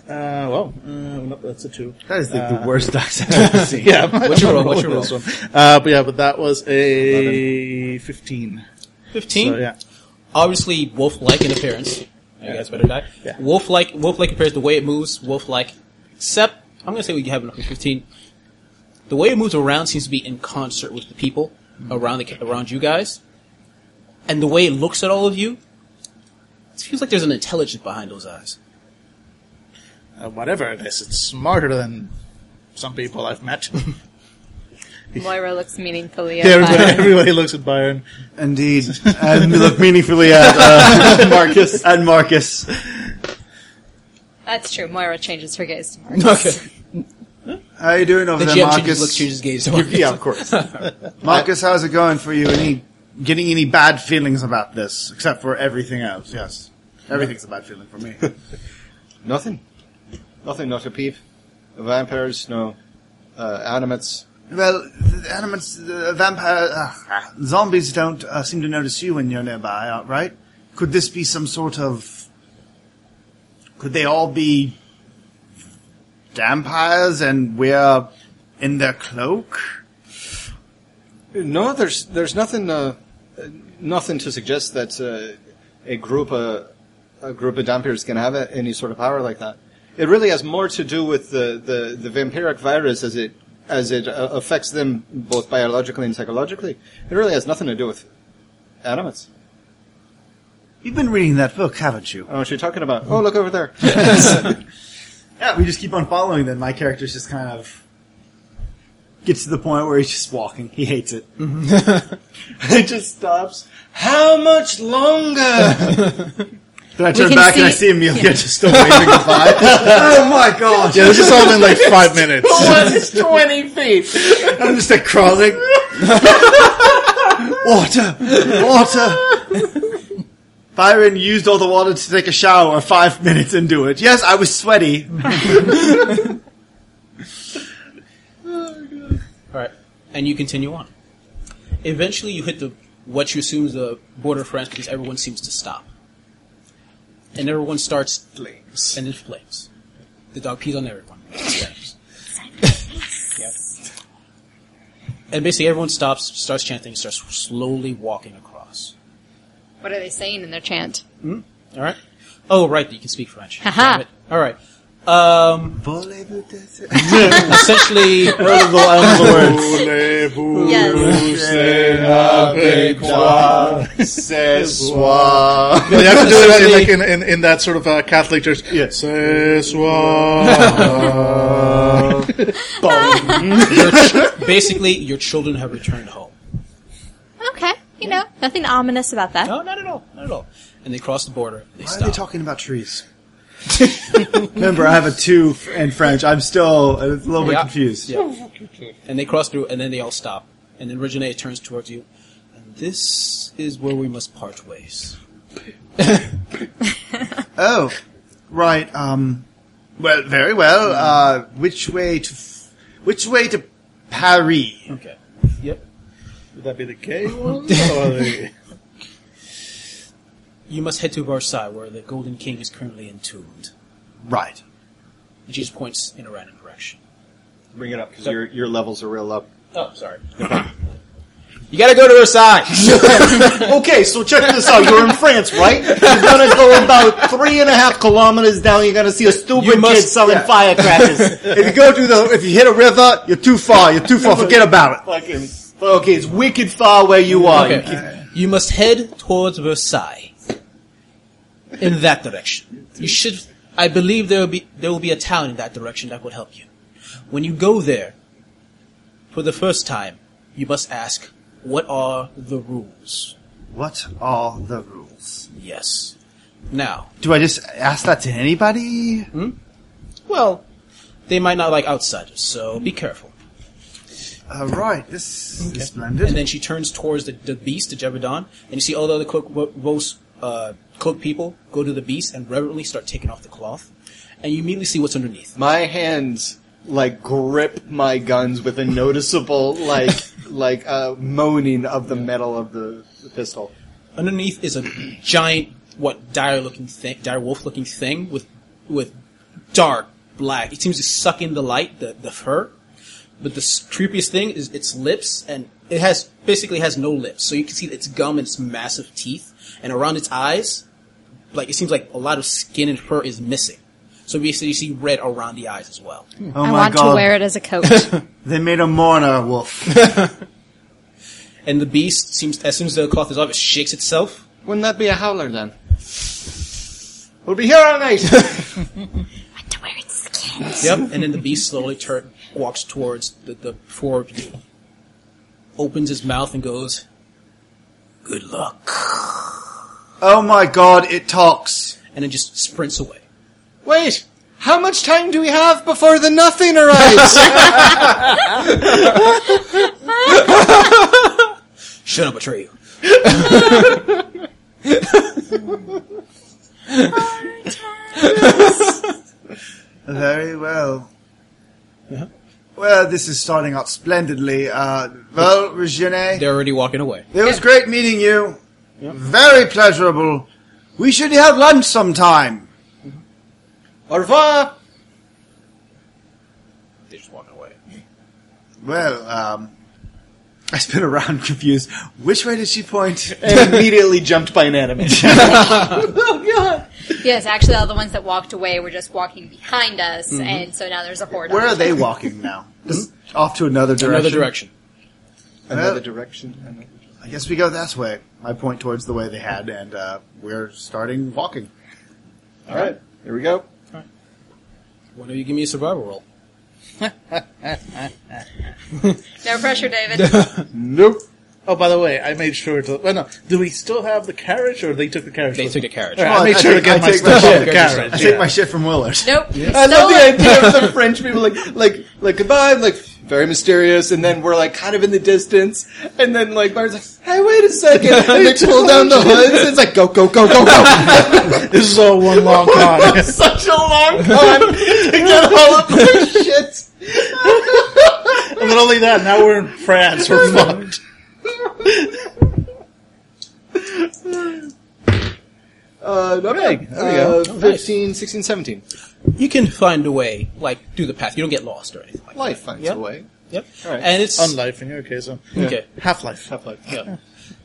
Uh, well, uh, no, that's a two. Uh,
that is like the worst doc I've ever seen.
Yeah,
What's your roll? What's your roll?
Uh, but yeah, but that was a fifteen.
Fifteen.
So, yeah.
Obviously, wolf-like in appearance. You guys better die.
Yeah.
Wolf-like, wolf-like compares the way it moves. Wolf-like, except I'm gonna say we have enough for fifteen. The way it moves around seems to be in concert with the people
Mm-hmm.
around the around you guys, and the way it looks at all of you, it feels like there's an intelligence behind those eyes.
Uh, whatever it is, it's smarter than some people I've met.
Moira looks meaningfully. at
everybody,
Byron.
everybody looks at Byron.
Indeed, and we look meaningfully at uh, Marcus and Marcus.
That's true. Moira changes her gaze. to Mark.
Okay.
How you doing over
The
there,
GM changes looks,
Marcus?
changes gaze.
Yeah, of course. Marcus, how's it going for you? Any getting any bad feelings about this? Except for everything else, yes. Everything's a bad feeling for me.
nothing, nothing, not a peep. Vampires, no. Uh, animates.
well, the animals, the vampire, uh, ah, zombies don't uh, seem to notice you when you're nearby, uh, right? Could this be some sort of? Could they all be vampires and we're in their cloak?
No, there's there's nothing uh, uh, nothing to suggest that uh, a group uh, a group of vampires can have a- any sort of power like that. It really has more to do with the, the, the vampiric virus as it as it uh, affects them both biologically and psychologically. It really has nothing to do with animates.
You've been reading that book, haven't you?
I don't know what you're talking about. Oh, look over there.
Yeah, we just keep on following them. My character's just kind of gets to the point where he's just walking. He hates it.
it just stops. Mm-hmm. How much longer?
Then I
turn can back and I see- see
Amelia just still waving goodbye. oh my gosh!
Yeah, this is all in like five minutes.
it's 20 feet.
I'm just like crawling. water, water. Byron used all the water to take a shower. Five minutes into it, yes, I was sweaty.
All right, and you continue on. Eventually, you hit the what you assume is the border of France because everyone seems to stop, and everyone starts flames, and it flames. The dog pees on everyone. Yep. And basically, everyone stops, starts chanting, starts slowly walking across.
What are they saying in their chant?
All right. Oh, right, you can speak French.
Haha.
Damn it. All right. Um, essentially,
Yes.
No, you have to do it in, like in, in, in that sort of uh, Catholic church. Yeah. Ce soir.
basically, your children have returned home.
Okay. You know, nothing ominous about that.
No, not at all. Not at all. And they cross the border. They
Why
stop.
are they talking about trees? Remember, I have a two in French. I'm still a little bit
Yeah.
confused.
Yeah. and they cross through, and then they all stop. And then Regine turns towards you. And this is where we must part ways.
Oh, right. Um, well, very well. Uh, which way to, f- which way to Paris?
Okay. Yep.
Would that be the gay one? Or the-
You must head to Versailles, where the Golden King is currently entombed.
Right.
And she just points in a random direction.
Bring it up because your, your levels are real low.
Oh, sorry. You gotta go to her side.
okay, so check this out. You're in France, right? You're gonna go about three and a half kilometers down. You're gonna see a stupid
You must-
kid selling
yeah.
firecrackers.
If you go through the, if you hit a river, you're too far. You're too far. Forget about it.
Fucking. Okay, it's wicked far where you are. You keep-
Okay. You must head towards Versailles. In that direction. You should, I believe there will be, there will be a town in that direction that would help you. When you go there, for the first time, you must ask, what are the rules?
What are the rules?
Yes. Now,
Do I just ask that to anybody?
Hmm? well, they might not like outsiders, so be careful.
All Uh, right, this is
And
splendid.
then she turns towards the, the beast, the Jebedon, and you see all the other cloak, ro- rose, uh, cloak people go to the beast and reverently start taking off the cloth. And you immediately see what's underneath.
my hands like grip my guns with a noticeable like like uh, moaning of the metal of the, the pistol.
Underneath is a giant, what dire looking thing, dire wolf looking thing with with dark black. It seems to suck in the light, the the fur. But the s- creepiest thing is its lips, and it has basically has no lips, so you can see its gum and its massive teeth, and around its eyes, like it seems like a lot of skin and fur is missing. So basically, you see red around the eyes as well.
Oh
I
my
want to
god,
wear it as a coat.
they made a mourner wolf.
And the beast seems, as soon as the cloth is off, it shakes itself.
Wouldn't that be a howler then? We'll be here all night.
to wear its skin.
Yep. And then the beast slowly tur- walks towards the, the four of you, opens his mouth and goes, "Good luck,"
Oh my god, it talks.
and then just sprints away.
Wait, how much time do we have before the nothing arrives?
Shut up, betray you.
Very well. Well, this is starting out splendidly. Uh, well, Regine,
They're already walking away.
it was great meeting you. Very pleasurable. We should have lunch sometime.
Au revoir.
They're just walking away.
Well, um, I spin around confused. Which way did she point?
And immediately jumped by an enemy.
Yes, actually, all the ones that walked away were just walking behind us, and so now there's a horde.
Where
on
are
us.
they walking now? Just off to another direction.
Another direction.
Another direction.
I guess we go this way. I point towards the way they had, and uh, we're starting walking.
All right, here we go.
Why don't you give me a survival roll?
No pressure, David.
Nope.
Oh, by the way, I made sure to. Well, no, do we still have the carriage, or they took the carriage?
They
with
took
them?
the carriage.
All right,
Well,
I made
I
sure
take-
to get
I
my
take
stuff
my
from the
shit.
carriage.
I
yeah.
take my shit from Willers.
nope.
I love the
Stolen.
idea of the French people like like like goodbye, like very mysterious, and then we're like kind of in the distance, and then like Barb's like, hey, wait a second, and they pull down the hoods, and it's like go go go go go.
This is all one long con.
Such a long time to get all of my shit.
And not only that, now we're in France. We're fucked.
Uh, not bad. Uh, 15, 16, 17.
You can find a way, like through the path. You don't get lost or anything like
Life finds
Yep.
a way.
that. Yep.
All right.
And it's
Unlife in your case, um,
Okay.
half life.
Tough life.
Yeah.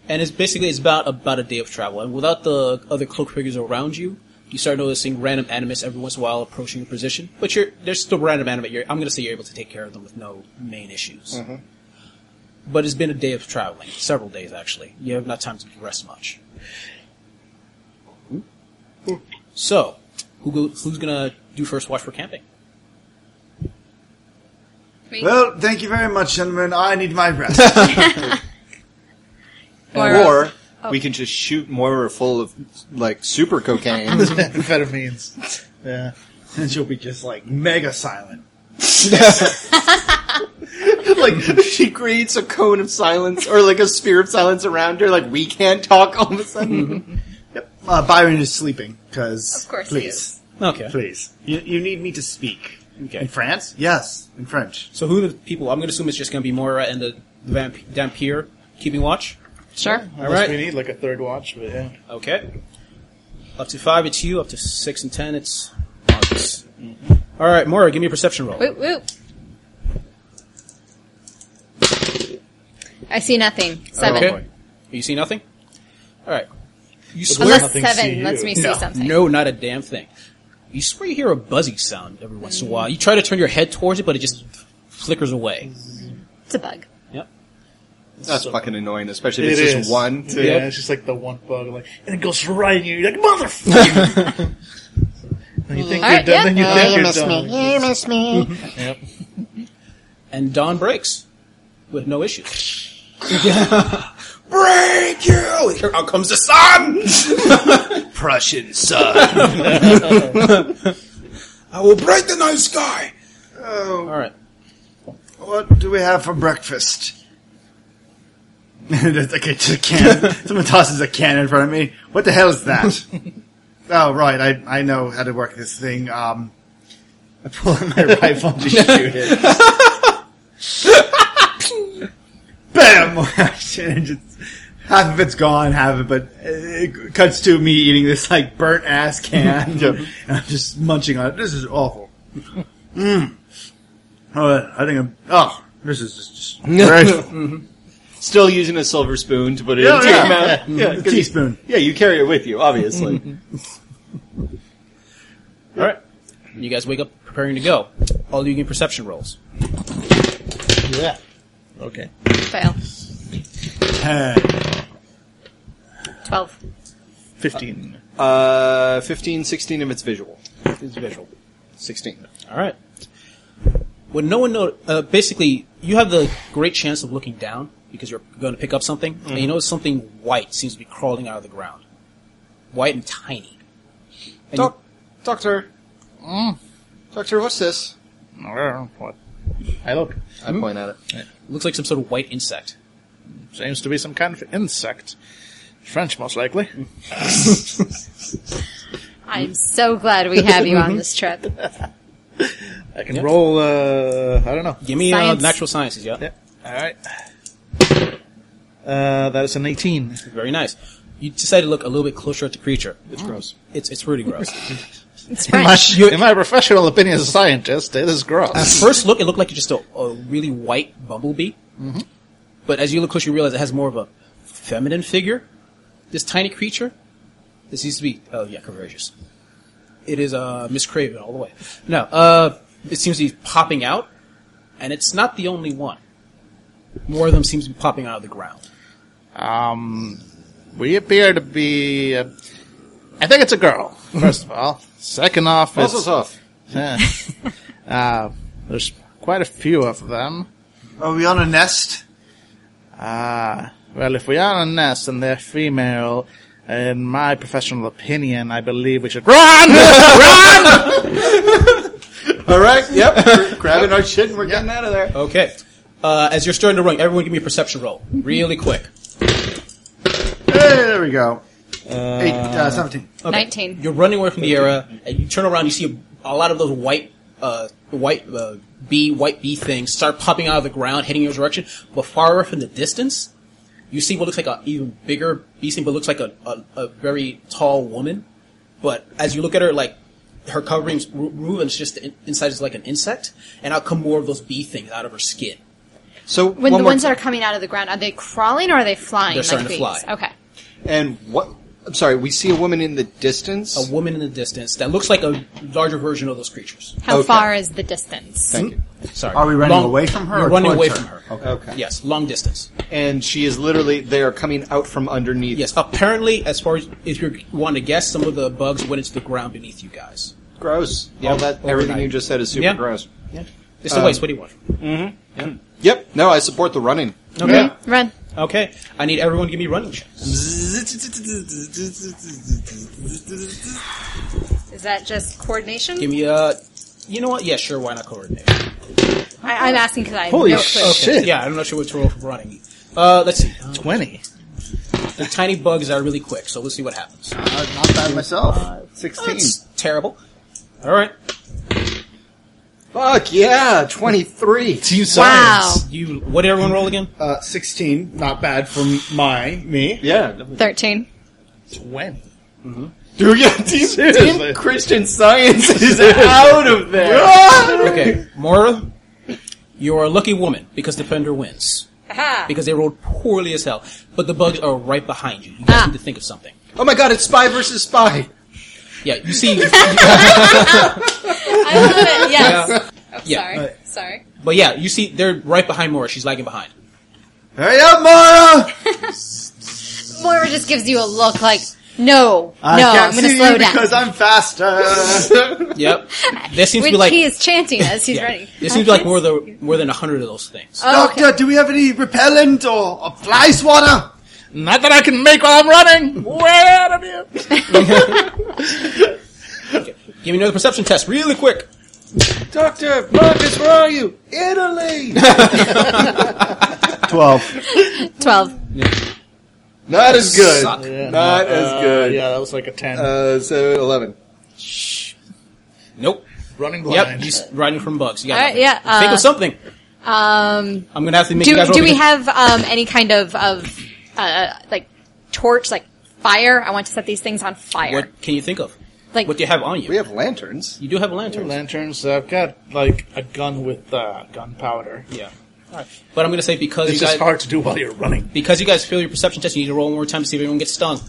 And it's basically it's about about a day of travel, and without the other cloak figures around you, you start noticing random animus every once in a while approaching your position. But you're there's still random animate. You're, I'm going to say you're able to take care of them with no main issues. But it's been a day of traveling, several days actually. You have not time to rest much. So, who go, who's going to do first watch for camping?
Me.
Well, thank you very much, gentlemen. I need my rest.
Moira.
Or uh,
Oh.
we can just shoot Moira full of like super cocaine.
Amphetamines. Yeah.
and she'll be just like mega silent.
like she creates a cone of silence or like a sphere of silence around her. Like we can't talk all of a sudden.
Yep. Uh, Byron is sleeping because
Of course he
please,
is.
Okay.
please, you, you need me to speak in
Okay.
France. Yes, in French.
So who are the people? I'm going to assume it's just going to be Moira and the vamp, Dampier keeping watch.
Sure.
All right.
Unless we need like a third watch, but yeah.
Okay. Up to five, it's you. Up to six and ten, it's Marcus. Mm-hmm. All right, Mora, give me a perception roll.
Woop woop. I see nothing. Seven.
Okay. You see nothing? Alright. You swear
Unless
Nothing see
seven
you.
lets me see
no,
something.
No, not a damn thing. You swear you hear a buzzy sound every once in a while. You try to turn your head towards it, but it just flickers away.
It's a bug.
Yep.
That's fucking annoying, especially
It
if it's
is
just one.
Yeah,
Yep.
it's just like the one bug, like, and it goes right in you. You're like, motherfucker. and you think
All
you're
right,
done, then you
yeah.
think
you
you're
miss me.
done.
You miss me.
Yep.
And dawn breaks with no issues.
Break you!
Here out comes the sun!
Prussian son.
I will break the night sky! Alright.
What do we have for breakfast? It's like it's a can. Someone tosses a can in front of me. What the hell is that? oh, right. I, I know how to work this thing. Um, I pull out my rifle and just shoot it. Bam! and just, half of it's gone, half of it, but it cuts to me eating this like burnt ass can. and I'm just munching on it. This is awful. Mm. Oh, I think I'm. Oh, this is just. Right.
Still using a silver spoon to put it
Yeah,
into
yeah.
your mouth. Yeah, 'cause you-
Teaspoon.
Yeah, you carry it with you, obviously.
Alright. You guys wake up preparing to go. All you get perception rolls.
Yeah. Okay.
Fail. Twelve.
15.
uh, 15, 16 if it's visual.
It's visual.
16.
All right. When no one know, uh, basically, you have the great chance of looking down because you're going to pick up something, and you notice something white seems to be crawling out of the ground, white and tiny. And you,
doctor.
Mm.
Doctor, what's this?
What? I look.
I
Hmm?
point at it.
looks like some sort of white insect.
Seems to be some kind of insect. French, most likely.
I'm so glad we have you on this trip.
I can roll, uh, I don't know.
Give me uh,
Science.
natural sciences, yeah.
Yeah. Alright. Uh, that is an 18.
Very nice. You decide to look a little bit closer at the creature.
It's gross.
It's it's really gross.
It's
In my,
French.
in my professional opinion as a scientist, it is
At
gross.
first look, it looked like just a, a really white bumblebee. But as you look closer, you realize it has more of a feminine figure. This tiny creature. This used to be, oh yeah, Convergius. It is uh, Miss Craven all the way. No, uh, it seems to be popping out, and it's not the only one. More of them seems to be popping out of the ground.
Um, we appear to be, uh, I think it's a girl, first of all. Second off, it's,
Puzzles off.
Yeah. uh, there's quite a few of them.
Are we on a nest?
Uh, well, if we are on nest and they're female, in my professional opinion, I believe we should run, run.
All right, yep. We're grabbing our shit and we're getting out of there.
Okay. Uh, as you're starting to run, everyone give me a perception roll. Really quick.
Hey, there we go. Eight, uh, 17.
Nineteen.
You're running away from the era, and you turn around. You see a lot of those white, uh, white uh, bee, white bee things start popping out of the ground, heading your direction. But far off in the distance, you see what looks like an even bigger bee thing, but looks like a, a, a very tall woman. But as you look at her, like her covering's ru- ruined, it's just the in- inside is like an insect, and out come more of those bee things out of her skin.
So
When
one
the
more
ones that are coming out of the ground, are they crawling or are they flying?
They're
like
starting to
bees?
fly.
Okay.
And what? I'm sorry. We see a woman in the distance.
A woman in the distance that looks like a larger version of those creatures.
How
Okay.
far is the distance?
Thank you.
Sorry,
Are we running away from her
You're
or
running
towards
away
her?
from her.
Okay.
Yes, long distance.
And she is literally. They are coming out from underneath.
Yes, apparently, as far as if you want to guess, some of the bugs went into the ground beneath you guys.
Gross.
Yeah,
All that. Everything
overnight.
you just said is super
Yeah.
gross.
Yeah. It's the
Um,
waste. What do you want?
Yep. No, I support the running.
Okay.
Run.
Okay. I need everyone to give me running checks.
Is that just coordination?
Give me a. You know what? Yeah, sure. Why not coordination?
I, I'm asking because I have
Holy
no clue.
shit.
Yeah, I'm not sure what to roll for running. Uh, let's see. Uh,
20.
the tiny bugs are really quick, so let's see what happens. Uh,
Uh, not bad myself.
That's terrible. All right.
Fuck yeah! Twenty three.
Team
Wow.
science.
You. What did everyone roll again?
Uh, 16. Not bad for my, me.
Yeah.
Thirteen.
20.
Dude, yeah. Team,
Seriously.
team Christian Science is out of there.
Okay, Mora. You are a lucky woman because Defender wins.
Aha.
because they rolled poorly as hell. But the bugs are right behind you. You guys
Ah.
need to think of something.
Oh my god, it's spy versus spy.
Yeah, you see,
I love it. Yes.
Yeah.
Oh,
Yeah.
Sorry. Sorry.
but yeah, you see, they're right behind Mora. She's lagging behind.
Hurry up, Mara!
Moira just gives you a look like, no,
I
no,
can't
I'm going to
see
slow
you
down.
because I'm faster.
Yep. There seems to
Which
be like
he is chanting as he's
yeah,
running.
there seems to be like more than more than a hundred of those things.
Oh, okay.
Doctor, do we have any repellent or, or fly swatter?
Not that I can make while I'm running. Way out of you.
Give me another perception test, really quick.
Doctor, Marcus, where are you? Italy!
Twelve.
Uh,
12.
Not as good.
Suck.
Not as good.
Yeah, that was like a ten.
Uh, so 11.
Nope.
running
Yep.
blind.
He's riding from bugs. You got
All right,
nothing.
yeah, uh,
Think of something.
Um,
I'm gonna have to make you
do,
guys roll
do we
because-
have um, any kind of, of uh, like, torch, like, fire? I want to set these things on fire.
What can you think of?
Like,
What do you have on you?
We have lanterns.
you do have a lantern.
lanterns. Uh, I've got like a gun with uh, gunpowder.
yeah. All right. But I'm gonna say because
It's
you
just
guys
hard to do while you're running.
because you guys fail your perception test, you need to roll one more time to see if anyone gets stung.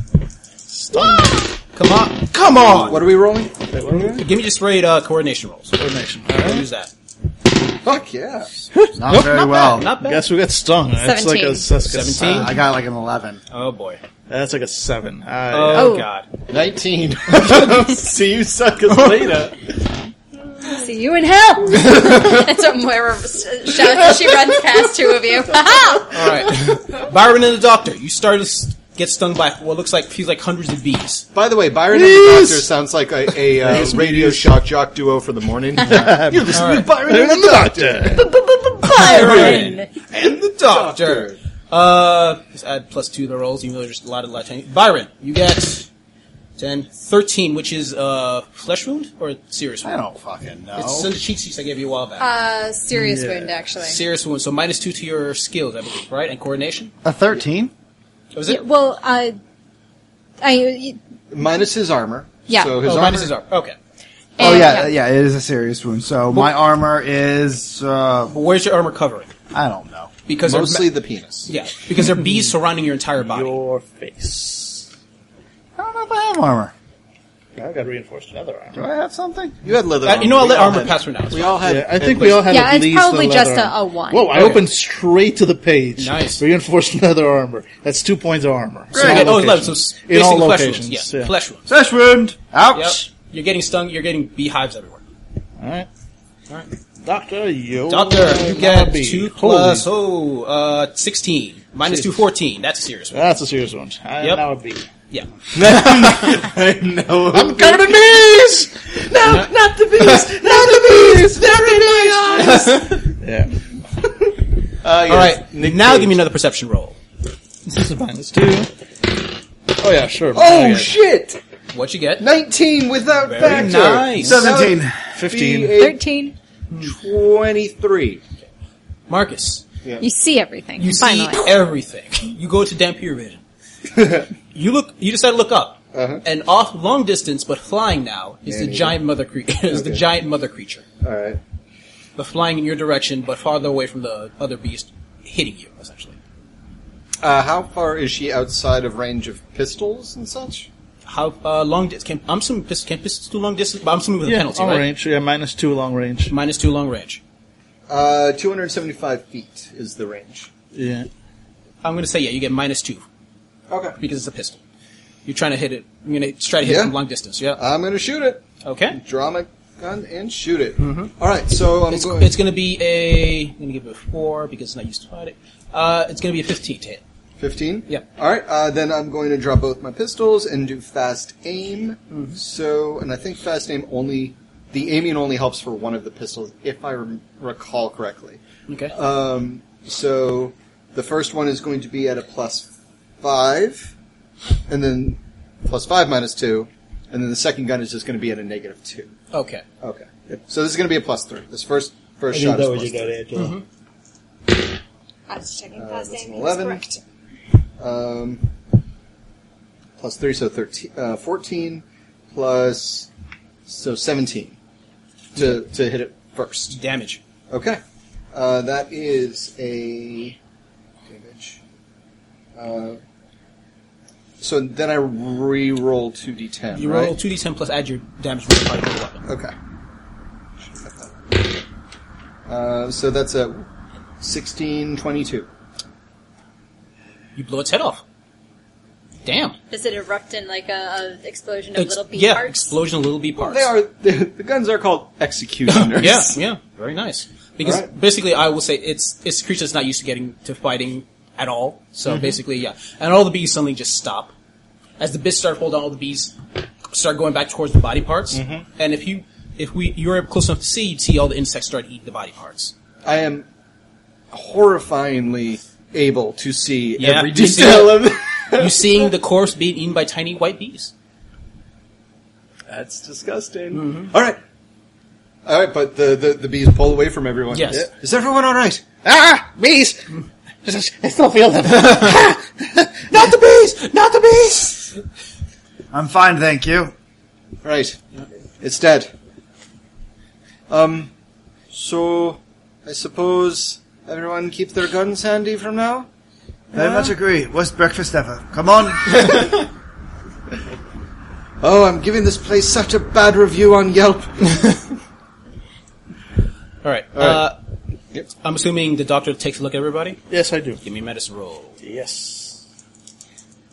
Come on.
Come on! What are we rolling?
Give me just straight uh, coordination rolls.
Coordination.
We'll use that.
Fuck yeah.
Not very well.
Not bad.
Guess we got stung. That's like a, that's like a
Seventeen.
seven.
I got like an eleven.
Oh boy.
Uh, That's like a seven. I-
Oh,
Oh.
god.
19. See you suckers later.
See you in hell! That's what Moira s- shouts as she runs past two of you. Ha-ha!
All right. Byron and the doctor. You start to s- get stung by what looks like feels like hundreds of bees.
By the way, Byron and the Doctor sounds like a, a uh, radio shock jock duo for the morning. You're listening to Byron and the Doctor.
Byron
And the
Doctor. Uh, just add plus two to the rolls, even though there's a lot of Latin. Byron, you get 10, 13, which is uh, flesh wound or serious
I
wound?
don't fucking know.
It's in the cheat sheets I gave you a while back.
Uh, serious wound, actually.
serious wound, so minus two to your skills, I believe, right? And coordination?
a thirteen.
Was
Yeah,
it?
well, uh, I,
Minus his armor.
Yeah.
So his
Oh,
armor.
minus his arm. Okay.
Oh
And-
yeah, yeah, it is a serious wound. So my armor is uh
But where's your armor covering?
I don't know.
Because they're
Mostly
ma-
the penis.
yeah, because there are bees surrounding your entire body.
your face.
I don't know if I have armor.
I got reinforced another
Do
arm.
I have something?
You had leather.
Uh,
armor.
you know, I'll
um, We
let
all
armor
had-
pass for now. It's
We
fine.
all had.
Yeah, I
at least-
think we all had
Yeah,
at
it's
least
probably
the
just
leather
a-
armor.
a one.
Whoa, I
Okay.
opened straight to the page.
Nice.
Reinforced leather armor. That's two points of armor.
So you
In
get-
all
oh, it's eleven. So
locations.
s-
in all
basically flesh
locations.
Wounds. Yeah,
yeah.
flesh wounds.
Flesh wound.
Yep.
Ouch.
You're getting stung. You're getting beehives everywhere.
All right.
All right.
Doctor, you.
Doctor, you get
Mama
two
B. Holy-
plus oh uh sixteen minus two fourteen. That's a serious one.
That's a serious one. I
Yep.
now a B.
Yeah.
I'm covered in bees!
No, not the bees! Not the bees! They're in my eyes!
Yeah.
Uh, yes.
All right.
Nick
now
Cage.
give me another perception roll.
This is minus two. Oh, yeah, sure.
Oh
Okay.
shit!
What you get?
19 without
Very
factor.
nice.
Seventeen.
15.
13.
23.
Marcus,
You see everything.
you
finally.
see everything. You go to Dampier Vision. you look. You decide to look up,
Uh-huh.
and off long distance but flying now is the
Nanny.
giant mother creature. is the
Okay.
giant mother creature.
Alright.
The flying in your direction but farther away from the other beast, hitting you essentially.
Uh, how far is she outside of range of pistols and such?
How uh, long? Dis- can, I'm assuming pist- can pistols do long distance, but I'm assuming with a
Yeah,
penalty,
long
right?
range. Yeah, minus two long range.
Minus two long range.
Uh, 275 feet is the range.
Yeah.
I'm going to say yeah. You get minus two
Okay.
because it's a pistol. You're trying to hit it. You're going to try to hit
Yeah.
it from long distance. Yeah.
I'm gonna shoot it.
Okay.
Draw my gun and shoot it. Alright, so
Mm-hmm.
I'm
It's,
going.
it's going to be a. I'm going to give it a four because it's not used to fighting. Uh, it's going to be a 15 to hit.
15?
Yeah.
Alright, uh, then I'm going to draw both my pistols and do fast aim.
Mm-hmm.
So, and I think fast aim only. The aiming only helps for one of the pistols, if I rem- recall correctly.
Okay.
Um, so the first one is going to be at a plus five, and then plus five minus two, and then the second gun is just going to be at a negative two.
okay.
Okay. So this is going to be a plus three. This first first shot is plus three.
Mm-hmm.
I was checking
Uh, that's an eleven. Um, plus three, so 13, uh, 14, plus so seventeen to to hit it first.
Damage.
Okay. Uh, that is a damage. Uh, so then I re-roll two d10.
You
right?
roll 2d10 plus add your damage modifier to the weapon.
Okay. Uh, so that's a 16, 22.
You blow its head off. Damn.
Does it erupt in like a, a explosion of
Ex-
little bee
yeah,
parts?
explosion of little bee parts.
They are the, the guns are called executioners.
Yeah, yeah, very nice. Because
Alright.
basically, I will say it's it's a creature that's not used to getting to fighting at all. So basically, yeah, and all the bees suddenly just stop as the bits start holding on. All the bees start going back towards the body parts, and if you if we you were close enough to see, you'd see all the insects start eating the body parts.
I am horrifyingly able to see
Yeah,
every
you see
detail
it.
of.
you seeing the corpse being eaten by tiny white bees.
That's disgusting. All right. All right, but the, the, the bees pull away from everyone.
Yes.
Yeah. Is everyone all right?
Ah, bees! I still feel them. Not the bees! Not the bees!
I'm fine, thank you.
Right. It's dead. Um, so, I suppose everyone keep their guns handy from now?
Very much agree. Worst breakfast ever. Come on.
Oh, I'm giving this place such a bad review on Yelp.
All right.
All right.
Uh,
Yep.
I'm assuming the doctor takes a look at everybody.
Yes, I do.
Give me a medicine roll.
Yes.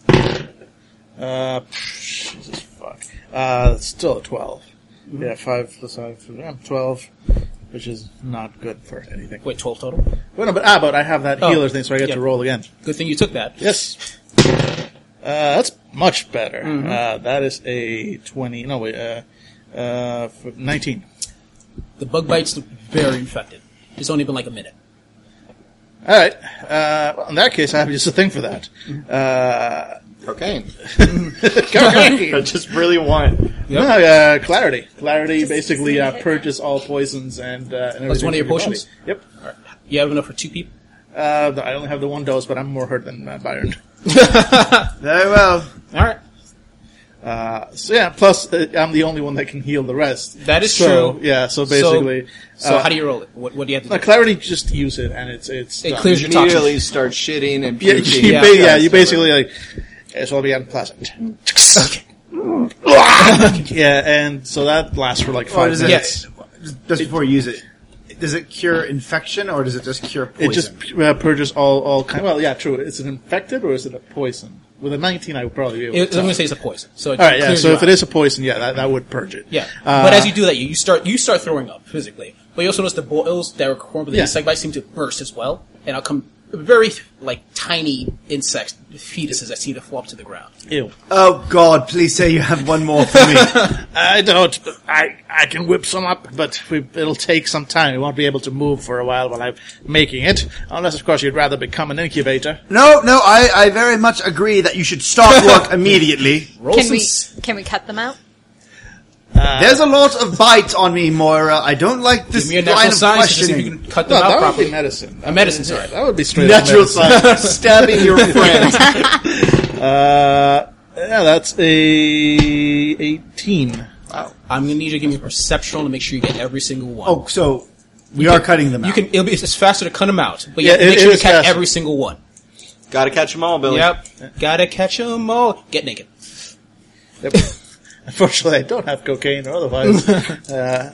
Uh, psh, Jesus fuck. Uh, it's still a 12.
Mm-hmm.
Yeah, 5 plus 5, yeah, 12, which is not good for anything.
Wait, twelve total.
Well, no, but, ah, but I have that
Oh,
healer thing, so I get
yeah.
to roll again.
Good thing you took that.
Yes. Uh, that's much better.
Mm-hmm.
Uh, that is a 20, no, wait, uh, uh, f- 19.
The bug bites look very infected. It's only been like a minute.
All right. Uh, well, in that case, I have just a thing for that. Uh,
Cocaine.
Kawaki.
I just really want.
No, uh, clarity. Clarity basically uh,
hit.
purges all poisons and. Uh, and
That's one of
everything
your
from
potions?
body. Yep.
You have enough for two people?
Uh, th- I only have the one dose, but I'm more hurt than uh, Byron.
Very well.
Alright.
Uh, so yeah. Plus, uh, I'm the only one that can heal the rest.
That is
so,
true.
Yeah. So basically,
So, so
uh,
how do you roll it? What, what do you have to do?
uh, clarity just use it, and it's it's
It
done.
clears your toxins.
Immediately start shitting and
Yeah,
puking.
you,
Yeah.
ba- yeah, you basically like it's all be unpleasant. yeah, and so that lasts for like
Or
five
does it,
minutes.
Yes.
Just before you use it, does it cure infection or does it just cure poison?
It just uh, purges all all kind. Well, yeah, true. Is it infected or is it a poison? With a 19, I would probably be able.
It-
to
I'm
tell.
going to say it's a poison. So it
All right, yeah.
clears
So
you
if it
out.
is a poison, yeah, that, that would purge it.
Yeah.
Uh,
but as you do that, you, you start you start throwing up physically. But you also notice the boils that were formed by the
Yeah.
insect bites seem to burst as well. And I'll come very, like, tiny insect fetuses that seem to fall up to the ground.
ew.
oh God! Please say you have one more for me.
I don't. but I I can whip some up, but we, it'll take some time. We won't be able to move for a while while I'm making it, unless of course you'd rather become an incubator.
no, no, I, I very much agree that you should stop work immediately.
Roll
Can
some
we
s-
can we cut them out?
There's a lot of bite on me, Moira. I don't like this
Give me a
line
natural
of
science to see if you
questioning.
can cut them out properly.
medicine.
A medicine, sorry.
That would be straight
Natural
up medicine.
science, stabbing your friend.
Uh, yeah, that's a eighteen.
I'm going to need you to give me a perception to make sure you get every single one.
Oh, so we are cutting them out.
You can. It'll be, it's faster to cut them out, but you
Yeah,
have to make
it-
sure
it
you
is
catch
faster.
every single one.
Gotta catch them all, Billy.
Yep. Gotta catch 'em all. Get naked.
Yep. Unfortunately, I don't have cocaine or otherwise. uh,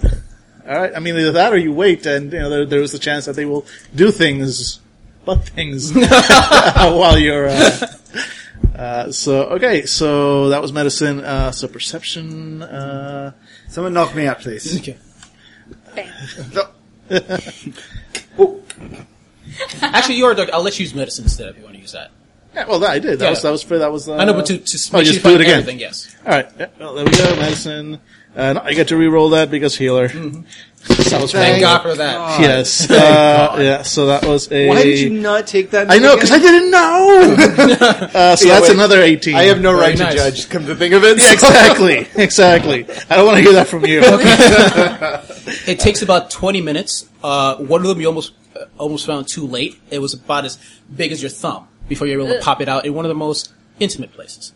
all right. I mean, either that or you wait, and you know there, there is the chance that they will do things, but things while you're. Uh, uh, so okay, so that was medicine. Uh, so perception. Uh,
Someone knock me out, please.
Okay.
Bam.
Actually, you are a doctor. I'll let you use medicine instead if you want to use that.
yeah, well, that I did. That
Yeah.
was that was for that was. Uh,
I know, but to, to
oh,
make sure you
just do
find
it again.
everything, yes.
All right. Yeah, well, there we go. Medicine. Uh, no, I get to re-roll that because healer. That was
Thank
wrong.
God for that.
Yes. Uh, yeah. So that was a.
Why did you not take that?
I know because I didn't know. uh, so
Yeah,
that's
wait.
another eighteen.
I have no
Very
right
nice.
to judge, come to think of it.
Yeah, exactly, exactly. I don't want to hear that from you.
It takes about 20 minutes. Uh, one of them you almost uh, almost found too late. It was about as big as your thumb before you're able to
Ugh.
pop it out in one of the most intimate places.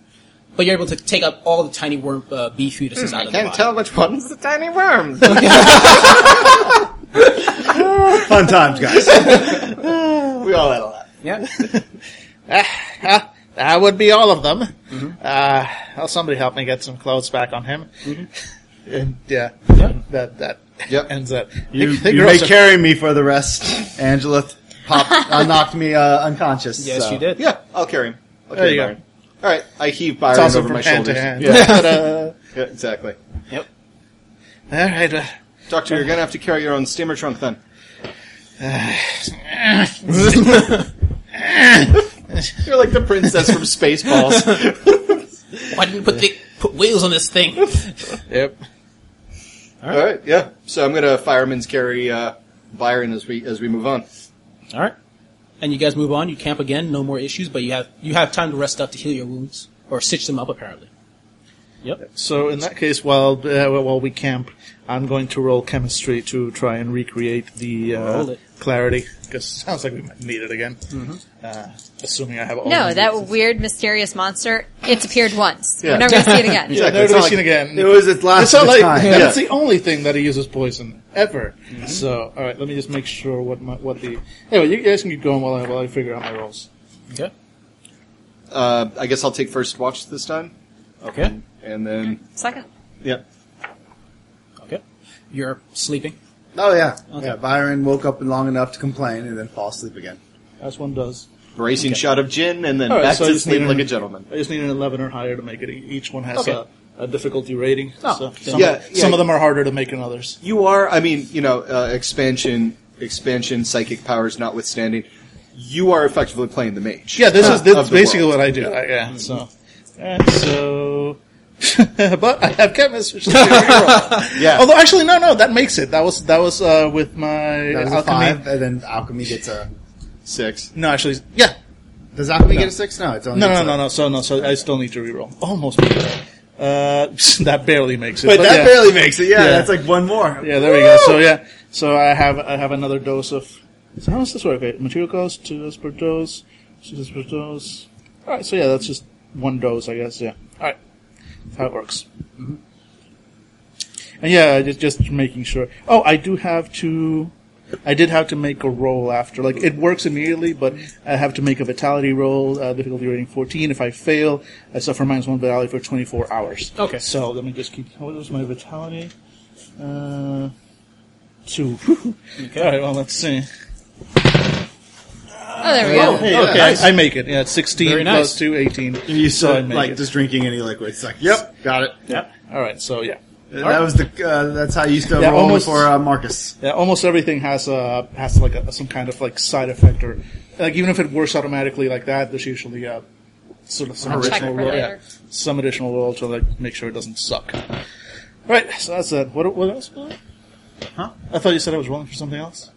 But you're able to take up all the tiny worm uh, bee fetuses out
Hmm, I
of
can't
the body.
tell which one's the tiny worm.
Fun times, guys.
we all had a laugh.
Yeah.
Ah, that would be all of them.
Mm-hmm.
Uh, well, somebody help me get some clothes back on him. And yeah, that that
Mm-hmm. Yep.
ends that.
You,
They- they
you
grow
may
some-
carry me for the rest. Angela th- popped, uh, knocked me uh, unconscious.
yes,
so.
you did.
Yeah, I'll carry him. I'll
There
carry
you go.
Byron. All right, I heave
It's
Byron
also
over
from
my
hand
shoulders.
to hand.
Yeah,
Ta-da.
yeah, exactly.
Yep.
all right. uh,
Doctor, you're gonna have to carry your own steamer trunk then. You're like the princess from Spaceballs.
Why didn't you put the, put wheels on this thing?
Yep.
All right, yeah. So I'm gonna fireman's carry uh, Byron as we as we move on.
All right. And you guys move on. You camp again. No more issues, but you have you have time to rest up to heal your wounds or stitch them up. Apparently. Yep.
So in that case, while uh, while we camp, I'm going to roll chemistry to try and recreate the
Roll
uh,
it. Mm-hmm.
clarity because it sounds like we might need it again. Uh, assuming I have all
No,
my-
that weird, mysterious monster. It's appeared once.
Yeah.
We're never going to see it again.
Yeah,
Exactly.
never
It's
to be
not
seen
like-
again.
It was its last
It's not like
time.
that's the only thing that he uses poison ever.
Mm-hmm.
So, all right, let me just make sure what my, what the anyway. You guys can keep going while I while I figure out my rolls.
Okay.
Uh, I guess I'll take first watch this time,
Okay.
and then
Second.
yeah.
Okay. You're sleeping.
Oh yeah,
Okay.
yeah. Byron woke up long enough to complain and then fall asleep again.
As one does.
Bracing shot of gin, and then
All right,
back
so I
to
just
sleep
need
like
an-
a gentleman.
I just need an eleven or higher to make it. E- Each one has
Okay.
a, a difficulty rating.
Oh,
so
then-
some,
Yeah, yeah.
some of them are harder to make than others.
You are, I mean, you know, uh, expansion, expansion, psychic powers notwithstanding, you are effectively playing the mage.
Yeah, this
Uh,
is this
of
is
the
basically
world. Mm-hmm.
what I do. I, yeah, so all right, so. but I have chemistry.
Yeah.
Although actually no no that makes it. That was that was uh, with my
That was a
alchemy.
five, and then alchemy gets a.
Six.
No actually yeah
Does alchemy
No.
get a six? No, it's only
No,
it's
no,
a-
no, no. So no, so I still need to reroll. Almost. made it. Uh, that barely makes it.
But that
yeah.
barely makes it. Yeah,
Yeah.
that's like one more.
Yeah, there we go. So yeah, so I have I have another dose of. So how does this work? Okay, material cost two doses per dose, two doses per dose. All right, so yeah, that's just one dose, I guess. Yeah. All right, that's how it works. And yeah, just just making sure. Oh, I do have to. I did have to make a roll after. Like it works immediately, but I have to make a vitality roll, uh, difficulty rating fourteen. If I fail, I suffer minus one vitality for twenty four hours.
Okay.
So let me just keep. What was my vitality? Uh, two. All right. Well, let's see.
Oh, there we go.
Hey, okay, I, I make it. Yeah, it's sixteen
Very
plus
nice.
two, eighteen.
You
so
saw
I make
like
it.
just drinking any liquid. It's like, yep, got it.
Yep.
All right. So yeah.
That was the. Uh, that's how you used to
Yeah,
roll
almost-
for uh, Marcus.
Yeah, almost everything has a has like a, some kind of like side effect or like even if it works automatically like that, there's usually uh sort of some
Check
additional
for
roll, yeah,
later.
some additional roll to like make sure it doesn't suck. Right, so that's that. What what else? was it?
Huh?
I thought you said I was rolling for something else.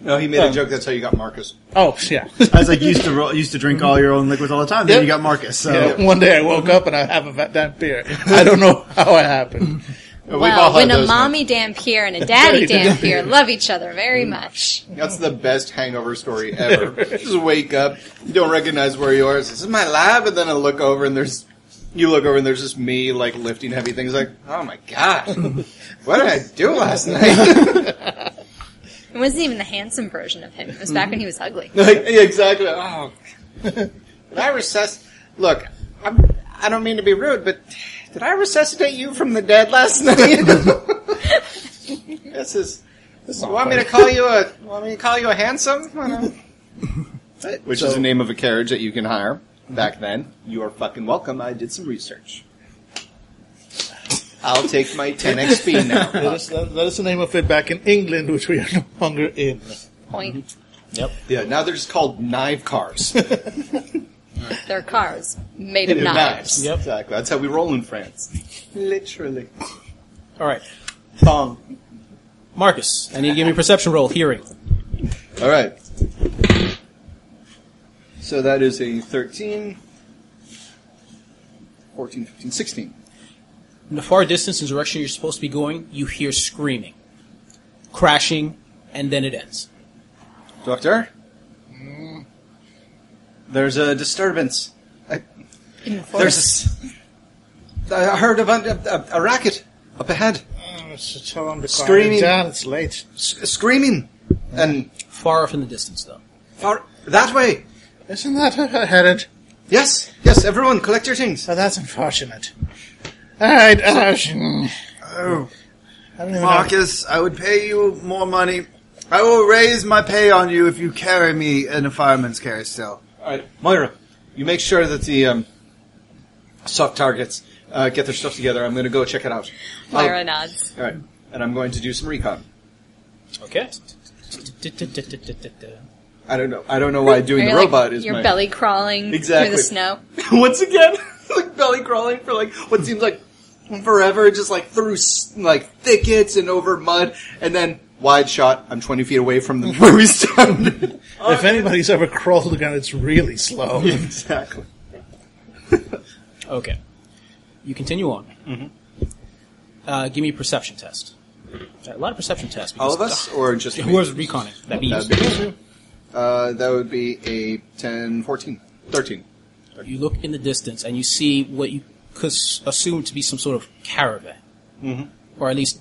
No, he made
Oh.
a joke. That's how you got Marcus.
Oh yeah.
I was like used to roll, used to drink all your own liquids all the time. Then
Yeah.
you got Marcus. So
Yeah, One day I woke up and I have a fat damn beer. I don't know how it happened.
We've all
Well,
had
when a
those, man.
mommy Dampier and a daddy Dampier love each other very
Mm.
much.
That's the best hangover story ever. Just wake up, you don't recognize where you are. This is my lab, and then I look over, and there's you look over, and there's just me like lifting heavy things. Like, oh my god, what did I do last night?
It wasn't even the handsome version of him. It was
Mm-hmm.
back when he was ugly.
like, yeah, exactly. Oh, did I resusc? Look, I'm, I don't mean to be rude, but did I resuscitate you from the dead last night? this is. This you want me to call you a? Want me to call you a handsome? I don't know. Which is the name of a carriage that you can hire back then. You are fucking welcome. I did some research. I'll take my 10 XP
That
now.
is, that, that is the name of it back in England, which we are no longer in.
Point.
yeah, now they're just called knife cars.
Their cars made of
They're
knives.
knives.
Yep.
Exactly. That's how we roll in France. Literally.
All right.
Thong.
Marcus, I need you to give me a perception roll. Hearing.
All right. So that is a 13, 14, 15, 16.
In the far distance and direction you're supposed to be going, you hear screaming, crashing, and then it ends.
Doctor? There's a disturbance. I,
In the forest.
there's a s- I heard of a, a, a racket up ahead.
Oh, tell them to
quiet Screaming. down,
It's late.
S- screaming. And
Far off in the distance, though.
far, that way.
Isn't that how I had it?
Yes, yes, everyone, collect your things.
So that's unfortunate. Alright, uh, sh-
Oh,
I don't even know.
Marcus, I would pay you more money. I will raise my pay on you if you carry me in a fireman's carry still.
Alright, Moira, you make sure that the um, soft targets uh, get their stuff together. I'm going to go check it out.
Myra nods.
Alright, and I'm going to do some recon.
Okay.
I don't know. I don't know why doing
Or
the
you're, like,
robot is
You're
my...
belly crawling
Exactly.
through the snow.
once again, like belly crawling for like what seems like forever, just like through s- like thickets and over mud, and then wide shot. I'm 20 feet away from the where we started.
If anybody's ever crawled again, it's really slow.
exactly.
Okay. You continue on. Mm-hmm. Uh, give me a perception test. A lot of perception tests.
All
because-
of us, or just
Yeah,
me?
Whoever's reconning. That means
That'd be- uh, that would be a 10, 14, 13.
you look in the distance and you see what you could s- assume to be some sort of caravan, mm-hmm. or at least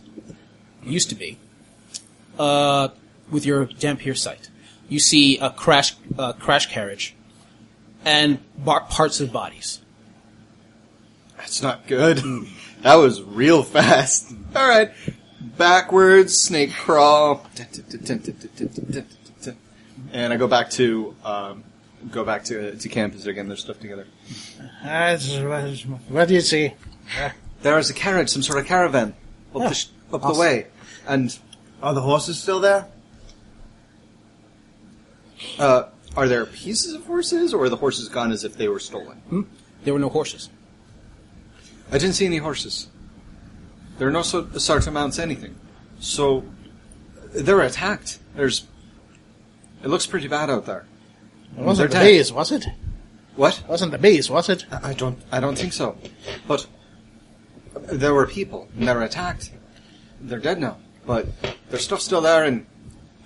used to be. Uh, with your Dampier sight, you see a crash uh, crash carriage and bar- parts of bodies.
That's not good. That was real fast. All right, backwards snake crawl, and I go back to um, go back to to campus again. There's stuff together.
That's- what do you see?
There is a carriage, some sort of caravan up the, sh- up the way, and
Are the horses still there?
uh, are there pieces of horses, or are the horses gone as if they were stolen?
There were no horses.
I didn't see any horses. There are no so- sergeant mounts anything. So they're attacked. There's. It looks pretty bad out there.
It wasn't the
They're dead.
bees, was it?
What?
It wasn't the bees, was it?
I I don't. I don't think so. But there were people, and they were attacked. They're dead now, but their stuff's still there, and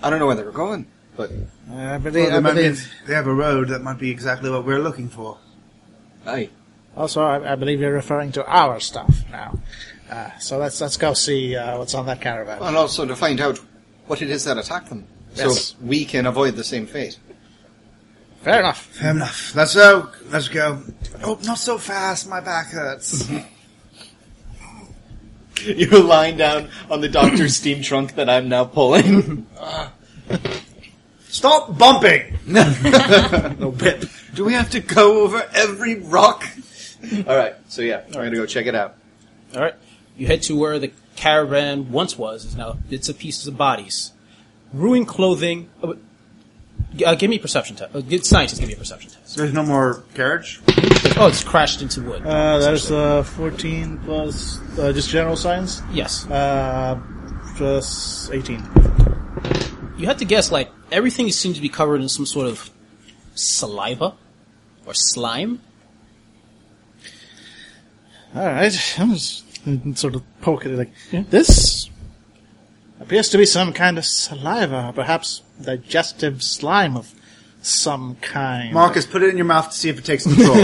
I don't know where they were going. But
Uh, I
Well,
believe.
they,
I
might be,
believe
they have a road that might be exactly what we're looking for.
I
also, I, I believe you're referring to our stuff now. Uh, so let's let's go see uh, what's on that caravan.
and also to find out what it is that attacked them,
Yes.
so we can avoid the same fate.
Fair enough.
Fair enough. Let's go. Let's go. Oh, not so fast. My back hurts.
You're lying down on the doctor's steam trunk that I'm now pulling.
Stop bumping.
Do we have to go over every rock? All right. So yeah, I'm gonna go check it out.
All right, you head to where the caravan once was. Is now bits of pieces of bodies, ruined clothing. oh, but- Uh, give me a perception test. Uh, good scientists, give me a perception test.
There's no more carriage.
Oh, it's crashed into wood.
Uh, there's uh, 14 plus uh, just general science.
yes.
Uh, plus 18.
you have to guess like everything seems to be covered in some sort of saliva or slime.
All right, I'm just sort of poking it like this appears to be some kind of saliva, perhaps digestive slime of some kind.
Marcus, put it in your mouth to see if it takes control.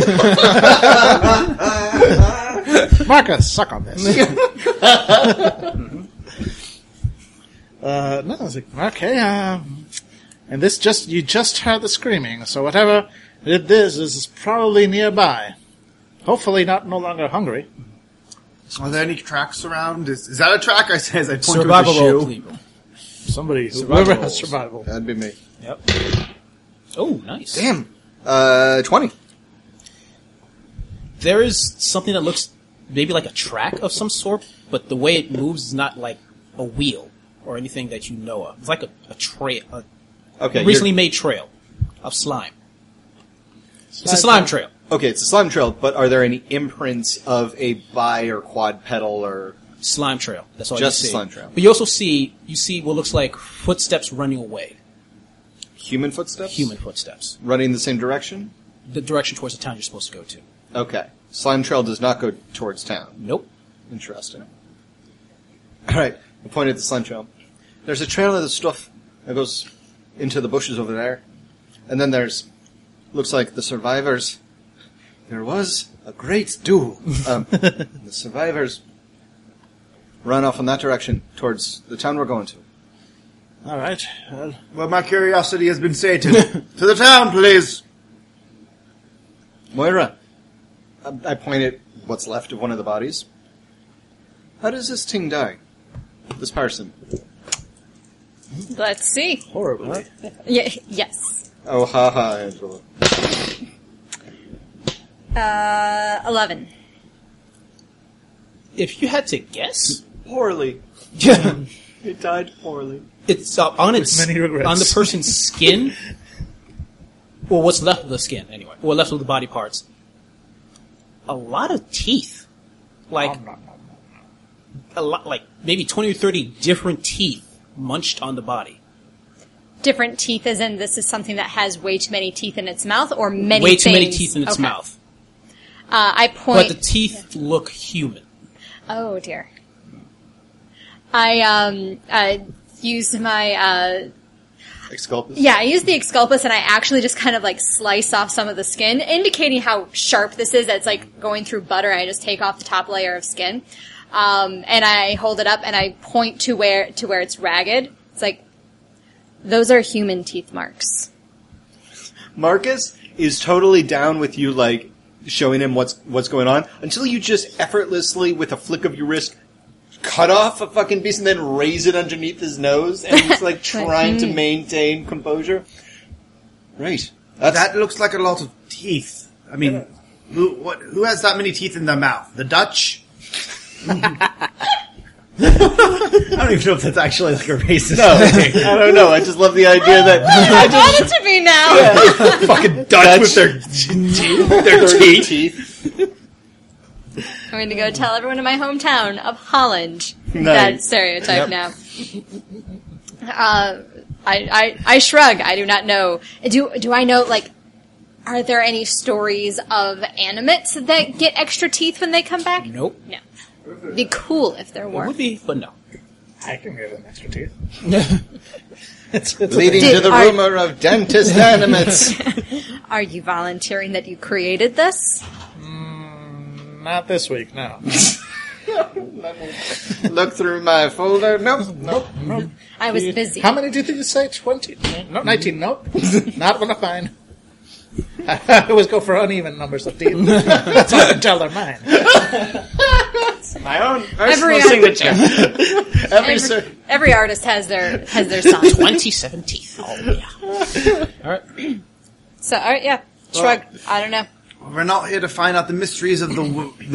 Marcus, suck on this. uh, no, I was like, okay, um, and this just, you just heard the screaming, so whatever it is, is probably nearby. Hopefully not no longer hungry.
Are there any tracks around? Is, is that a track? I say as I point
Survival
to the
roll,
shoe.
please.
Somebody,
Survival
whoever has
rolls.
survival.
That'd be me.
Yep. Oh, nice.
Damn. Uh, twenty.
There is something that looks maybe like a track of some sort, but the way it moves is not like a wheel or anything that you know of. It's like a, a trail, a
Okay. you're-
recently made trail of slime. It's a slime trail.
Okay, it's a slime trail, but are there any imprints of a bi or quad pedal or?
Slime trail. That's all
Just
you see.
slime trail.
But you also see you see what looks like footsteps running away.
Human footsteps?
Human footsteps.
Running the same direction?
The direction towards the town you're supposed to go to.
Okay. Slime trail does not go towards town.
Nope.
Interesting. Alright, I point at the slime trail. There's a trail of the stuff that goes into the bushes over there. And then there's, looks like the survivors. There was a great duel. Um, the survivors ran off in that direction towards the town we're going to.
All right. Well,
Well, my curiosity has been sated. to the town, please.
Moira, I, I point at what's left of one of the bodies. How does this thing die? This person.
Let's see.
Horribly.
Yeah, yes.
Oh, ha ha, Angela.
Uh, 11.
If you had to guess,
Poorly.
yeah,
It died poorly.
it's uh, on its
many regrets.
on the person's skin. well, what's left of the skin, anyway? Or left of the body parts? A lot of teeth,
Um,
like a lot, like maybe twenty or thirty different teeth munched on the body.
Different teeth, as in this is something that has way too many teeth in its mouth, or many
Way too many
things?
teeth in its
Okay.
mouth,
Uh, I
but
point.
the teeth look human.
Oh dear. I um I used my uh
Exculpus?
yeah I used the exculpus and I actually just kind of like slice off some of the skin, indicating how sharp this is. That's like going through butter. I just take off the top layer of skin, um, and I hold it up and I point to where to where it's ragged. It's like those are human teeth marks.
Marcus is totally down with you, like showing him what's what's going on until you just effortlessly, with a flick of your wrist, cut off a fucking piece and then raise it underneath his nose, and he's like trying to maintain composure. Right. That's,
That looks like a lot of teeth. I mean, who what, who has that many teeth in their mouth? The Dutch. I don't even know if that's actually like a racist thing.
I don't know. I just love the idea that
I want it to be now.
Fucking Dutch, with their teeth, their teeth.
teeth.
I'm going to go tell everyone in my hometown of Holland that
Nice.
stereotype now. Uh, I, I I shrug. I do not know. Do do I know? Like, are there any stories of animates that get extra teeth when they come back?
Nope,
No. Be cool if there
it
were.
would be, but no.
I can give them extra teeth.
Leading to
Did
the
I-
rumor of dentist animates.
Are you volunteering that you created this?
Not this week, no.
Look through my folder. Nope. Nope.
Nope.
I was busy. Mm-hmm.
How many did you say? 20? No, 19, nope. Not gonna find. I always go for uneven numbers of teeth. That's how I can tell they're mine.
My own
Every-
personal signature. Every,
Every,
cer-
every artist has their has their song.
Twenty-seven teeth. Oh yeah. All right.
So all right, yeah. Shrug. I don't know.
We're not here to find out the mysteries of the w- the,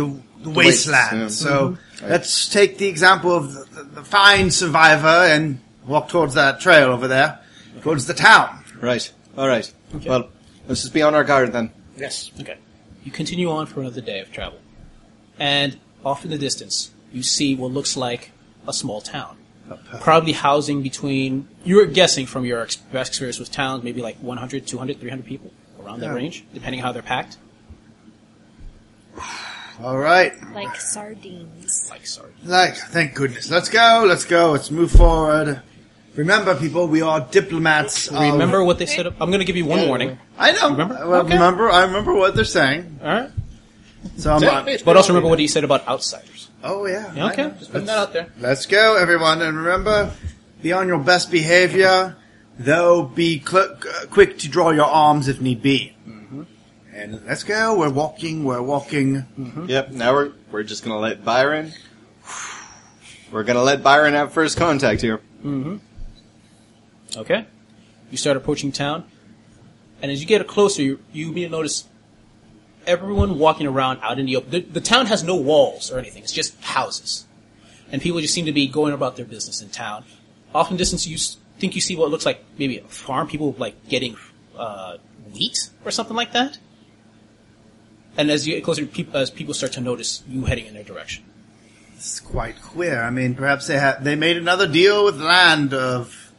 the wasteland. Mm-hmm.
wasteland.
So let's take the example of the, the fine survivor and walk towards that trail over there, towards the town.
Right. All right. Well, let's just be on our guard then.
Yes.
Okay. You continue on for another day of travel. And off in the distance, you see what looks like a small town. Probably housing between, you were guessing from your ex- past experience with towns, maybe like 100, 200, 300 people, around that range, depending on how they're packed.
All right.
Like sardines.
Like, sorry.
Like, thank goodness. Let's go. Let's go. Let's move forward. Remember, people, we are diplomats. Um, of-
Remember what they said? Up? I'm going to give you one warning.
I know.
Remember?
Well,
Okay.
remember. I remember what they're saying.
All right.
So I'm. I'm-
But also remember what he said about outsiders.
oh yeah.
Yeah,
I
okay.
know.
Just putting that out there.
Let's go, everyone, and remember, be on your best behavior, though be cl- uh, quick to draw your arms if need be. And let's go. We're walking. We're walking.
Yep. Now we're we're just gonna let Byron. We're gonna let Byron have first contact here.
Okay. You start approaching town, and as you get closer, you, you begin to notice everyone walking around out in the open. The, the town has no walls or anything; it's just houses, and people just seem to be going about their business in town. Off in the distance, you s- think you see what looks like maybe a farm. People like getting uh, wheat or something like that. And as you get closer, peop as people start to notice you heading in their direction.
It's quite queer. I mean, perhaps they ha- they made another deal with land of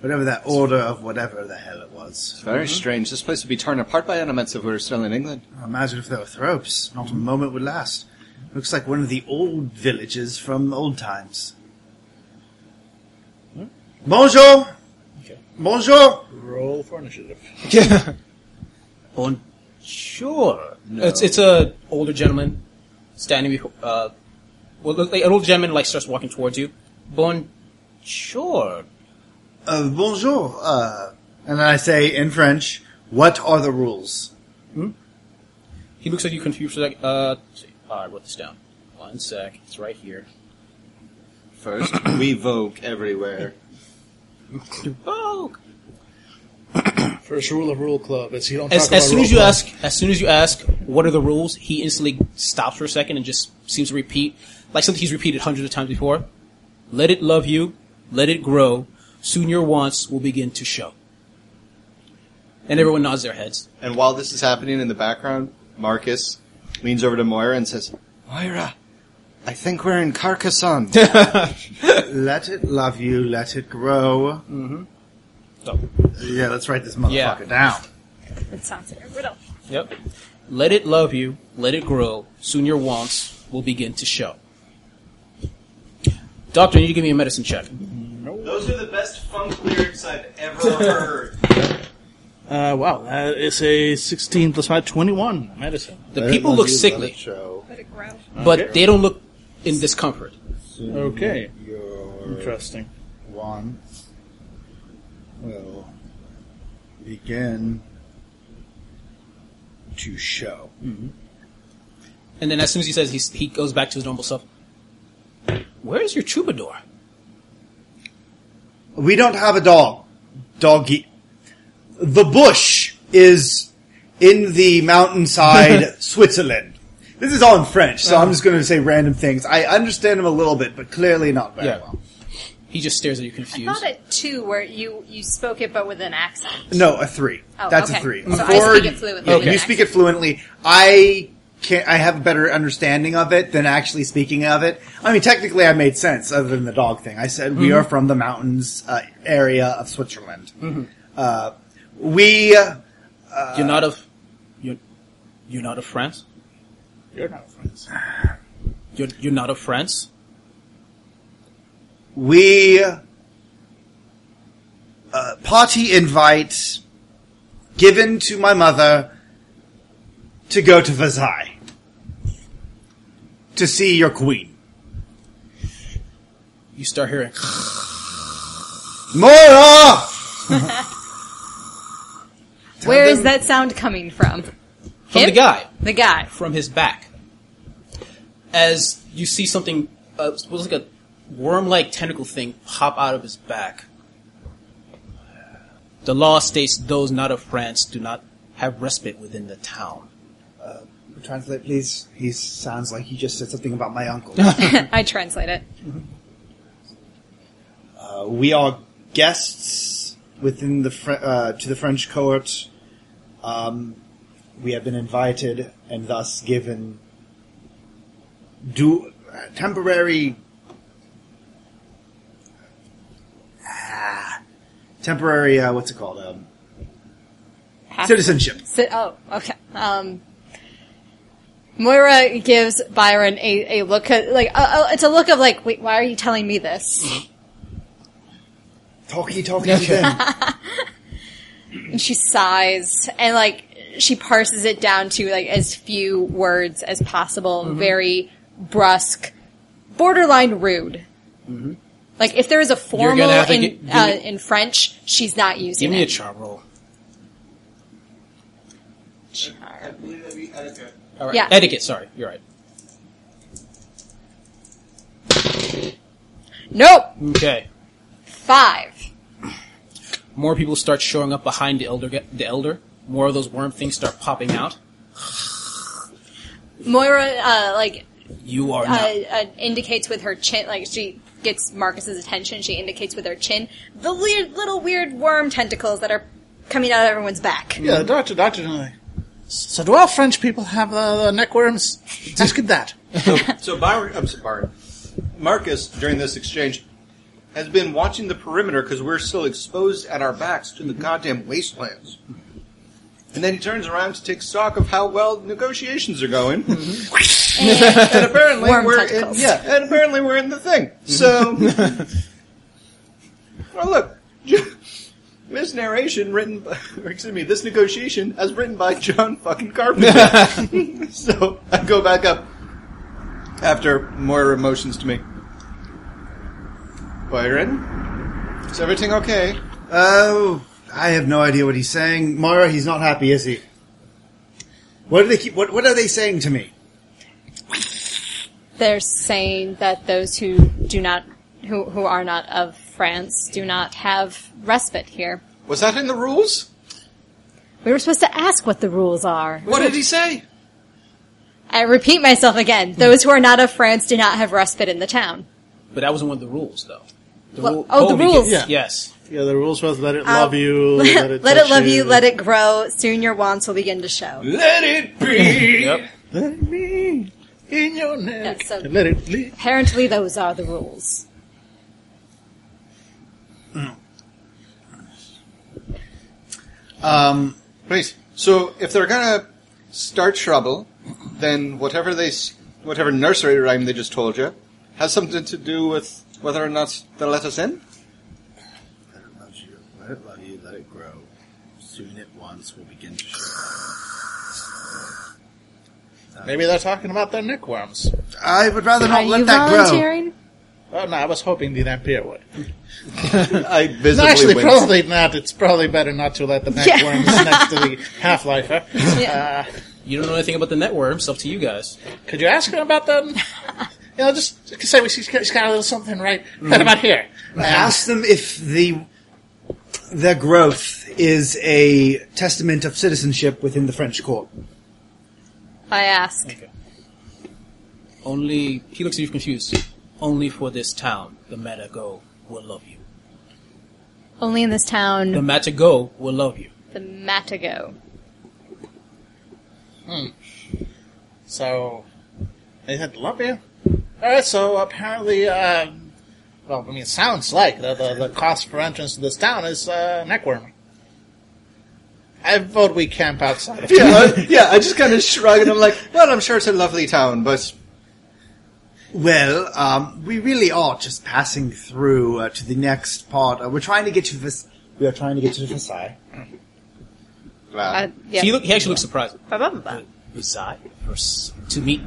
whatever that order of whatever the hell it was.
It's very strange. This place would be torn apart by elements if we were still in England.
Imagine if there were thropes. Not a moment would last. Looks like one of the old villages from old times. Bonjour. Bonjour.
Roll for initiative.
Bonjour. It's it's a older gentleman standing before. Uh, well, look, like, an old gentleman like starts walking towards you. Bonjour.
Uh, bonjour. Uh, and I say in French, what are the rules?
He looks like you confused for a sec. Uh, let's see. Oh, I wrote this down. One sec. It's right here.
First, we vogue everywhere.
Oh.
First rule of Rule Club is you don't
As,
talk about
as soon
Rule
as you
Club.
ask, as soon as you ask, what are the rules? He instantly stops for a second and just seems to repeat, like something he's repeated hundreds of times before. Let it love you. Let it grow. Soon your wants will begin to show. And everyone nods their heads.
And while this is happening in the background, Marcus leans over to Moira and says, Moira, I think we're in Carcassonne.
Let it love you, let it grow.
So,
Yeah, let's write this motherfucker
Yeah.
down.
It sounds like a riddle.
yep. Let it love you. Let it grow. Soon your wants will begin to show. Doctor, you need to give me a medicine check.
Those are the best funk lyrics I've ever heard.
Uh, wow, that is a 16 plus 5, 21. Medicine.
The people look sickly,
Let it grow.
but they don't look in discomfort.
Okay. Interesting.
One. Will begin to show.
And then as soon as he says he's, he goes back to his normal self. Where is your troubadour?
We don't have a dog. Doggy. The bush is in the mountainside Switzerland. This is all in French, so I'm just going to say random things. I understand them a little bit, but clearly not very
Yeah.
well.
He just stares at you
I
confused.
thought at two where you you spoke it but with an accent.
No, a three.
Oh,
That's
okay.
a three. A
So I
four,
speak it fluently
you-
with an
You speak it fluently. I can I have a better understanding of it than actually speaking of it. I mean, technically, I made sense other than the dog thing. I said we
Mm-hmm.
are from the mountains uh, area of Switzerland.
Mm-hmm.
Uh, we
you're
uh,
not of, you're, you're not of France.
You're not friends.
You're, you're not of France.
we uh, party invite given to my mother to go to Versailles to see your queen.
You start hearing.
Moira!
Where is that sound coming from?
From the guy.
The guy.
From his back. As you see something, uh, it was like a worm-like tentacle thing pop out of his back. The law states those not of France do not have respite within the town.
Translate, please. He sounds like he just said something about my uncle.
I translate it.
Uh, we are guests within the Fr- uh, to the French court. Um, we have been invited and thus given do uh, temporary Ah, temporary uh, what's it called um, citizenship.
Sit, oh, okay. Um, Moira gives Byron a, a look at, like, uh, it's a look of like, wait, why are you telling me this?
Talkie talkie to them.
And she sighs and like, she parses it down to like as few words as possible,
Mm-hmm.
very brusque, borderline rude. Like, if there is a
Mm-hmm. gonna
formal
have to
in,
get- give
uh,
me-
in French, she's not using
Give me a
it.
charm roll.
Charm.
All right.
Yeah.
Etiquette. Sorry, you're right.
Nope!
Okay.
Five.
more people start showing up behind the elder. The elder, more of those worm things start popping out.
Moira, uh, like,
You are
uh,
not.
uh, indicates with her chin, like she gets Marcus's attention. She indicates with her chin the weird, little weird worm tentacles that are coming out of everyone's back.
Yeah, the doctor, doctor. uh, So do all French people have uh, neck worms? Just get that.
So Byron, I'm sorry, Byron. Marcus, during this exchange, has been watching the perimeter because we're still exposed at our backs to the goddamn wastelands. And then he turns around to take stock of how well negotiations are going. and apparently
Worm
we're in,
tentacles.
yeah, and apparently we're in the thing. So, well, look, this narration written, by, or excuse me, this negotiation as written by John fucking Carpenter. so I go back up after Moira motions to me. Byron, is everything okay?
Oh, I have no idea what he's saying. Moira, he's not happy, is he?
What do they keep? What, what are they saying to me?
They're saying that those who do not, who, who are not of France, do not have respite here.
Was that in the rules?
We were supposed to ask what the rules are.
What did he say?
I repeat myself again. Those who are not of France do not have respite in the town.
But that wasn't one of the rules, though. The
Well, oh, the
we get-
rules.
Yeah.
Yes.
Yeah, the rules was let it love you, let it,
Um, let
touch
it love you, let it grow. Soon your wants will begin to show.
Let it be.
Yep.
let it be in your neck,
That's so-
and let it live.
Apparently, those are the rules.
Um,
Right. So if they're gonna start trouble, then whatever they, s- whatever nursery rhyme they just told you, has something to do with whether or not they'll let us in.
let it love you, let it love you, let it grow. Soon it once will begin to show.
Maybe they're talking about their neck worms.
I would rather
Are
not
you
let that grow.
volunteering?
Oh no, I was hoping the Napier would.
I
No,
visibly
actually,
winced.
probably not. It's probably better not to let the neck
Yeah.
worms next to the half lifer.
Yeah.
Uh,
You don't know anything about the network. It's up to you guys.
could you ask her about them? You know, just just say she's, she's got a little something right, right about here.
Ask them if the the growth is a testament of citizenship within the French court.
I ask.
Only he looks at you confused. Only for this town, the Matago will love you.
Only in this
The
town,
Matago will love you.
the Matago.
So they said, "Love you." All right. So apparently, uh, well, I mean, it sounds like the, the the cost for entrance to this town is uh, neckworm. I vote we camp outside. Of
yeah, I, yeah. I just kind of shrug and I'm like, well, I'm sure it's a lovely town, but
Well, um, we really are just passing through uh, to the next part. Uh, we're trying to get to this. We are trying to get to the Versailles.
well,
Uh, yeah.
He, look, he actually looks surprised.
Ba- ba- ba- ba.
Reside first to meet.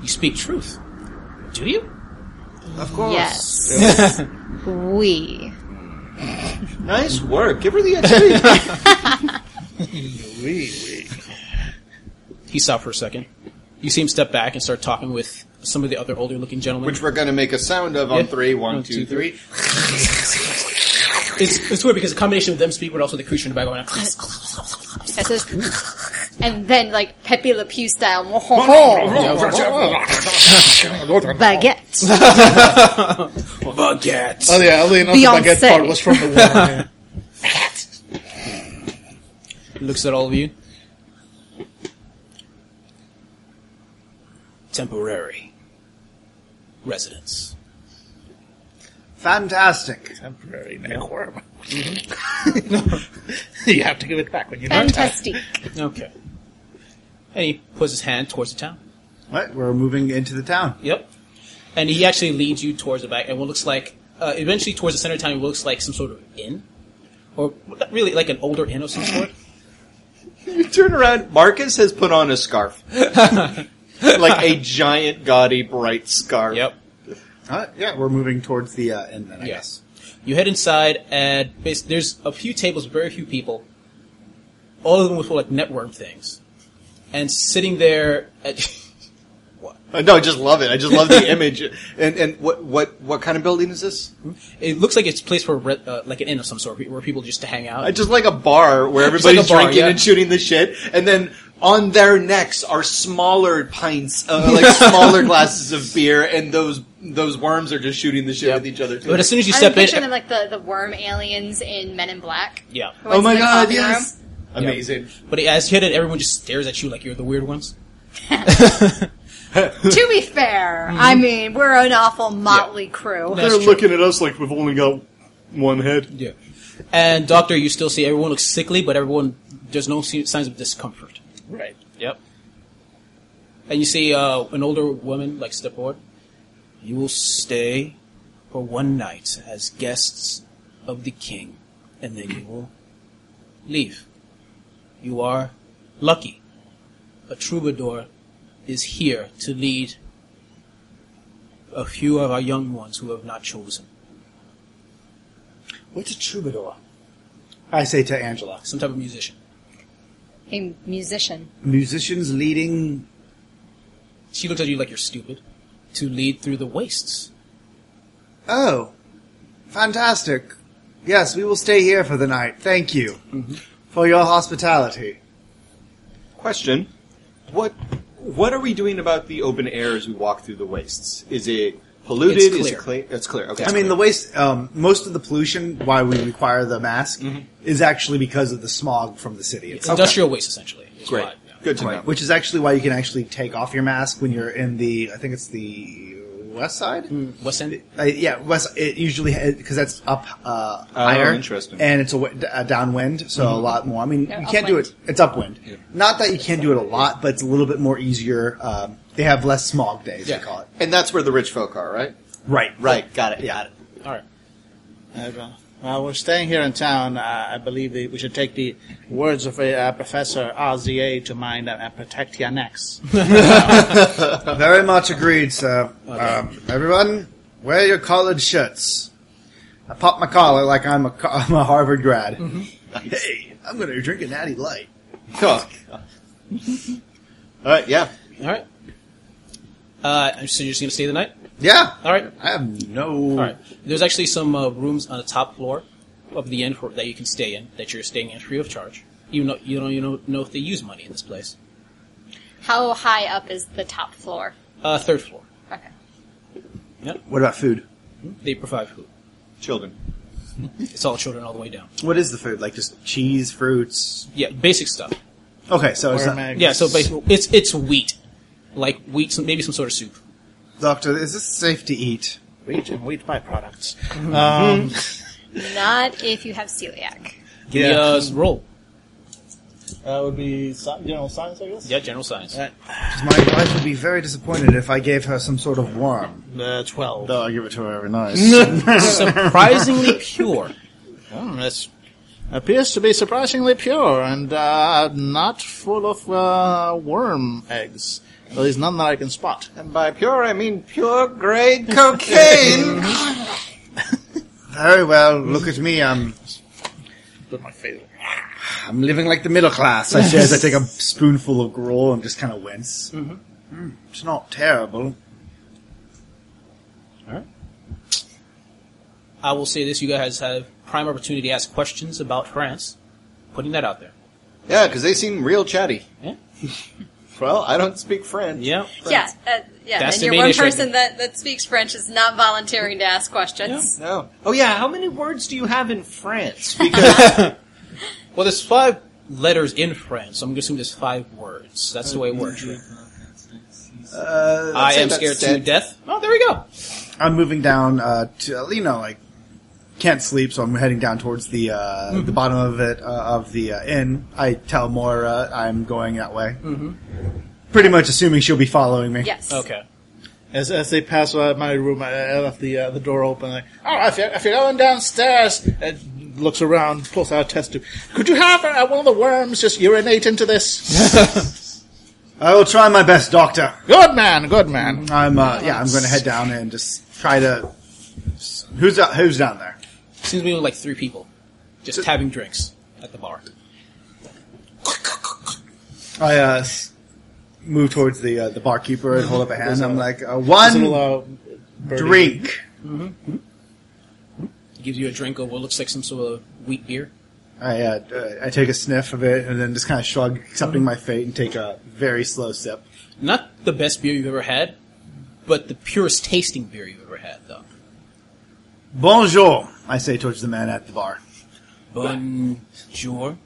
You speak truth, do you?
of course.
Yes. we.
Nice work. Give her the XP.
He stopped for a second. You see him step back and start talking with some of the other older-looking gentlemen.
Which we're gonna make a sound of on
Yeah.
three. One,
One,
two,
two,
three.
it's, it's weird because a combination of them speak, but also the creature in the background.
I says, and then, like, Pepe Le Pew style. Oh, Baguette.
Baguette.
Oh yeah, only another
Beyonce.
baguette part was from the war. yeah.
looks at all of you. Temporary residence.
Fantastic.
Temporary neckworm. you have to give it back when you're not tired.
Fantastic.
Okay. And he puts his hand towards the town.
Right, we're moving into the town.
Yep. And he actually leads you towards the back, and what looks like, uh, eventually towards the center of town, it looks like some sort of inn. Or not really, like an older inn of some sort.
You turn around. Marcus has put on a scarf, like a giant, gaudy, bright scarf.
Yep.
All right, yeah, we're moving towards the uh, end then, I guess.
Yes. You head inside, and bas- there's a few tables, very few people. All of them with like networm things, and sitting there, at,
Uh, No, I just love it. I just love the image. And and what what what kind of building is this?
it looks like it's a place for re- uh, like an inn of some sort where people just to hang out.
I just like a bar where
Just like
everybody's
a bar,
drinking
yeah.
and shooting the shit, and then on their necks are smaller pints, uh, like smaller glasses of beer, and those those worms are just shooting the shit with each other. Too.
but as soon as you
I'm
step
picturing
in, uh,
them like the, the worm aliens in Men in Black.
yeah.
who went
Oh my
to the
God,
coffee
yes.
room.
Amazing.
But as you hit it, everyone just stares at you like you're the weird ones.
to be fair, I mean, we're an awful motley crew.
That's true.
at us like we've only got one head.
Yeah. And doctor, you still see everyone looks sickly, but everyone there's no se- signs of discomfort.
Right.
Yep. And you see uh, an older woman like step forward. You will stay for one night as guests of the king, and then you will leave. You are lucky. A troubadour is here to lead a few of our young ones who have not chosen.
What's a troubadour? I say to Angela.
Some type of musician.
a musician.
Musicians leading.
She looks at you like you're stupid. To lead through the wastes.
Oh, fantastic! Yes, we will stay here for the night. Thank you for your hospitality.
Question: What what are we doing about the open air as we walk through the wastes? Is it polluted?
It's
Is
clear.
it clear? It's clear. Okay.
I mean, the waste. Um, most of the pollution why we require the mask is actually because of the smog from the city
It's
itself,
industrial waste, essentially. is
great.
why, yeah.
Good to know.
which is actually why you can actually take off your mask when you're in the. I think it's the west side.
West End?
Uh, yeah, west. It usually because that's up uh,
Oh,
higher.
interesting. Mm-hmm.
And it's a, w- d- a downwind, so a lot more. I mean,
No,
you can't do
upwind.
it. It's upwind. Not that you can't do it a lot, but it's a little bit more easier. Um, they have less smog days.
Yeah.
They call it.
And that's where the rich folk are, right?
Right.
Right. Got it. Got it.
Alright.
Uh, well, we're staying here in town. Uh, I believe that we should take the words of uh, Professor RZA to mind and, and protect your necks.
Very much agreed, sir. Um, everyone, wear your collared shirts. I pop my collar like I'm a, co- I'm a Harvard grad.
Mm-hmm.
Hey, I'm going to drink a natty light.
Cool. All right. Yeah.
Alright. Uh, so you're just gonna stay the night?
Yeah,
Alright.
I have no.
Alright. There's actually some uh, rooms on the top floor of the inn for, that you can stay in, that you're staying in free of charge. You know, you don't you know, know if they use money in this place.
How high up is the top floor?
Uh, third floor.
Okay.
What about food?
They provide food.
Children.
It's all children all the way down.
What is the food? Like just cheese, fruits.
Yeah, basic stuff.
Okay, so it's
Where
not,
am I-
Yeah, so basically, it's it's wheat, like wheat, some, maybe some sort of soup.
doctor, is this safe to eat?
wheat and wheat byproducts.
Not if you have celiac.
Give me
Yeah.
a s- roll.
That would be sci- general science, I guess.
Yeah, general science.
Right.
'Cause My wife would be very disappointed if I gave her some sort of worm.
Uh, Twelve.
Though I give it to her every night.
Surprisingly pure.
Oh, this appears to be surprisingly pure and uh, not full of uh, worm eggs. At least none that I can spot.
And by pure, I mean pure grade cocaine.
very well. Look at me. I'm
With my favorite.
I'm living like the middle class. I say as I take a spoonful of gruel and just kind of wince. Mm-hmm. it's not terrible.
I will say this: you guys have prime opportunity to ask questions about France. Putting that out there.
yeah, because they seem real chatty.
Yeah.
Well, I don't speak French.
Yeah.
Yeah, uh, yeah.
That's the
and your
main
one
issue.
person that, that speaks French is not volunteering to ask questions.
No. Oh yeah. How many words do you have in France? Because
Well, there's five letters in French, so I'm going to assume there's five words. That's the way it works. right?
Uh,
I
say
am
that's
scared to
dead.
death. Oh, there we go.
I'm moving down uh, to uh, you know like can't sleep, so I'm heading down towards the uh,
Mm-hmm.
the bottom of it uh, of the uh, inn. I tell Moira I'm going that way. Mm-hmm. Pretty much assuming she'll be following me.
Yes.
Okay.
As, as they pass by my room, I, I left the uh, the door open. Like, oh, if you're, if you're going downstairs, uh, looks around, pulls out a test tube. Could you have uh, one of the worms just urinate into this?
I will try my best, Doctor.
good man, good man.
I'm uh, yeah. I'm going to head down and just try to. Who's out, who's down there?
Seems to be like three people, just having drinks at the bar.
I uh, s- move towards the uh, the barkeeper and hold up a hand. I'm like uh, one
Mm-hmm. Little, uh, birdie.
drink.
Gives you a drink of what looks like some sort of wheat beer.
I uh, uh, I take a sniff of it and then just kind of shrug, accepting my fate, and take a very slow sip.
Not the best beer you've ever had, but the purest tasting beer you've ever had, though.
Bonjour, I say towards the man at the bar.
Bonjour.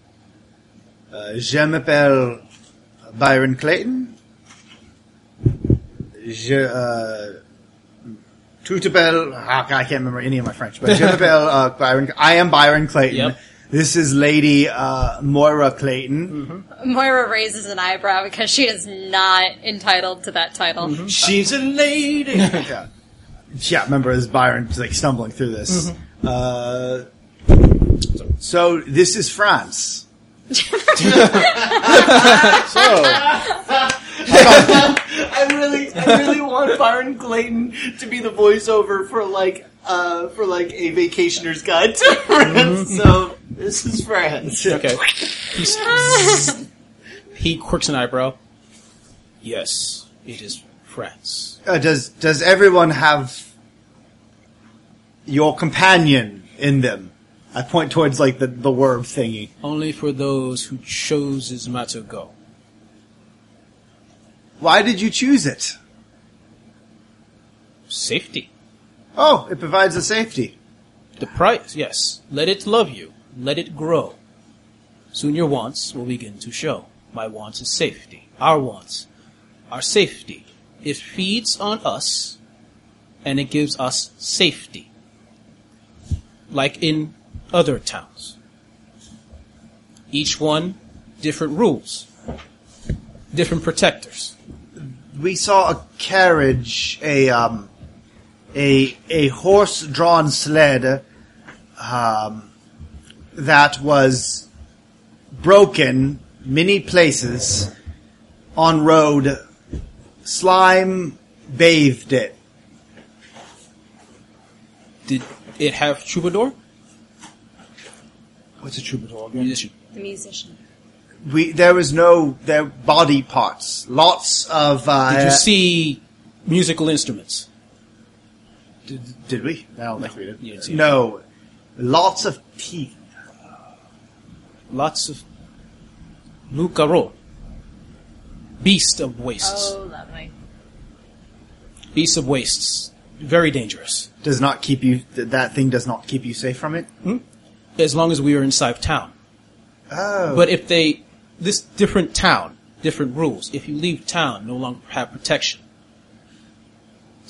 Uh, je m'appelle Byron Clayton. Je uh, tout appelle. ah, I can't remember any of my French, but je m'appelle uh, Byron. I am Byron Clayton.
Yep.
This is Lady uh, Moira Clayton.
Moira raises an eyebrow because she is not entitled to that title.
Mm-hmm.
she's a lady.
yeah. Yeah, remember as Byron's like stumbling through this. Uh, so this is France.
I really, I really want Byron Clayton to be the voiceover for like, uh, for like a vacationer's
Mm-hmm.
guide to France. So this is France.
Okay. He's He quirks an eyebrow. Yes, it is France.
Uh, does does everyone have your companion in them? I point towards like the the worm thingy.
Only for those who chooses not to go.
Why did you choose it?
Safety.
Oh, it provides a safety.
The price, yes. Let it love you. Let it grow. Soon your wants will begin to show. My wants is safety. Our wants are safety. It feeds on us, and it gives us safety. Like in other towns. Each one, different rules. Different protectors.
We saw a carriage, a um, a a horse drawn sled, um, that was broken many places on road. Slime bathed it.
Did it have troubadour?
What's a troubadour again?
Musician.
The musician.
we there was no there body parts. Lots of uh,
Did you see musical instruments?
did, did we? I don't think we did.
You didn't see it.
No, lots of teeth.
lots of Lucaro, beast of wastes,
Oh, lovely.
beast of wastes, very dangerous.
Does not keep you. th- That thing does not keep you safe from it.
As long as we are inside of town,
Oh,
but if they this different town, different rules. If you leave town, no longer have protection.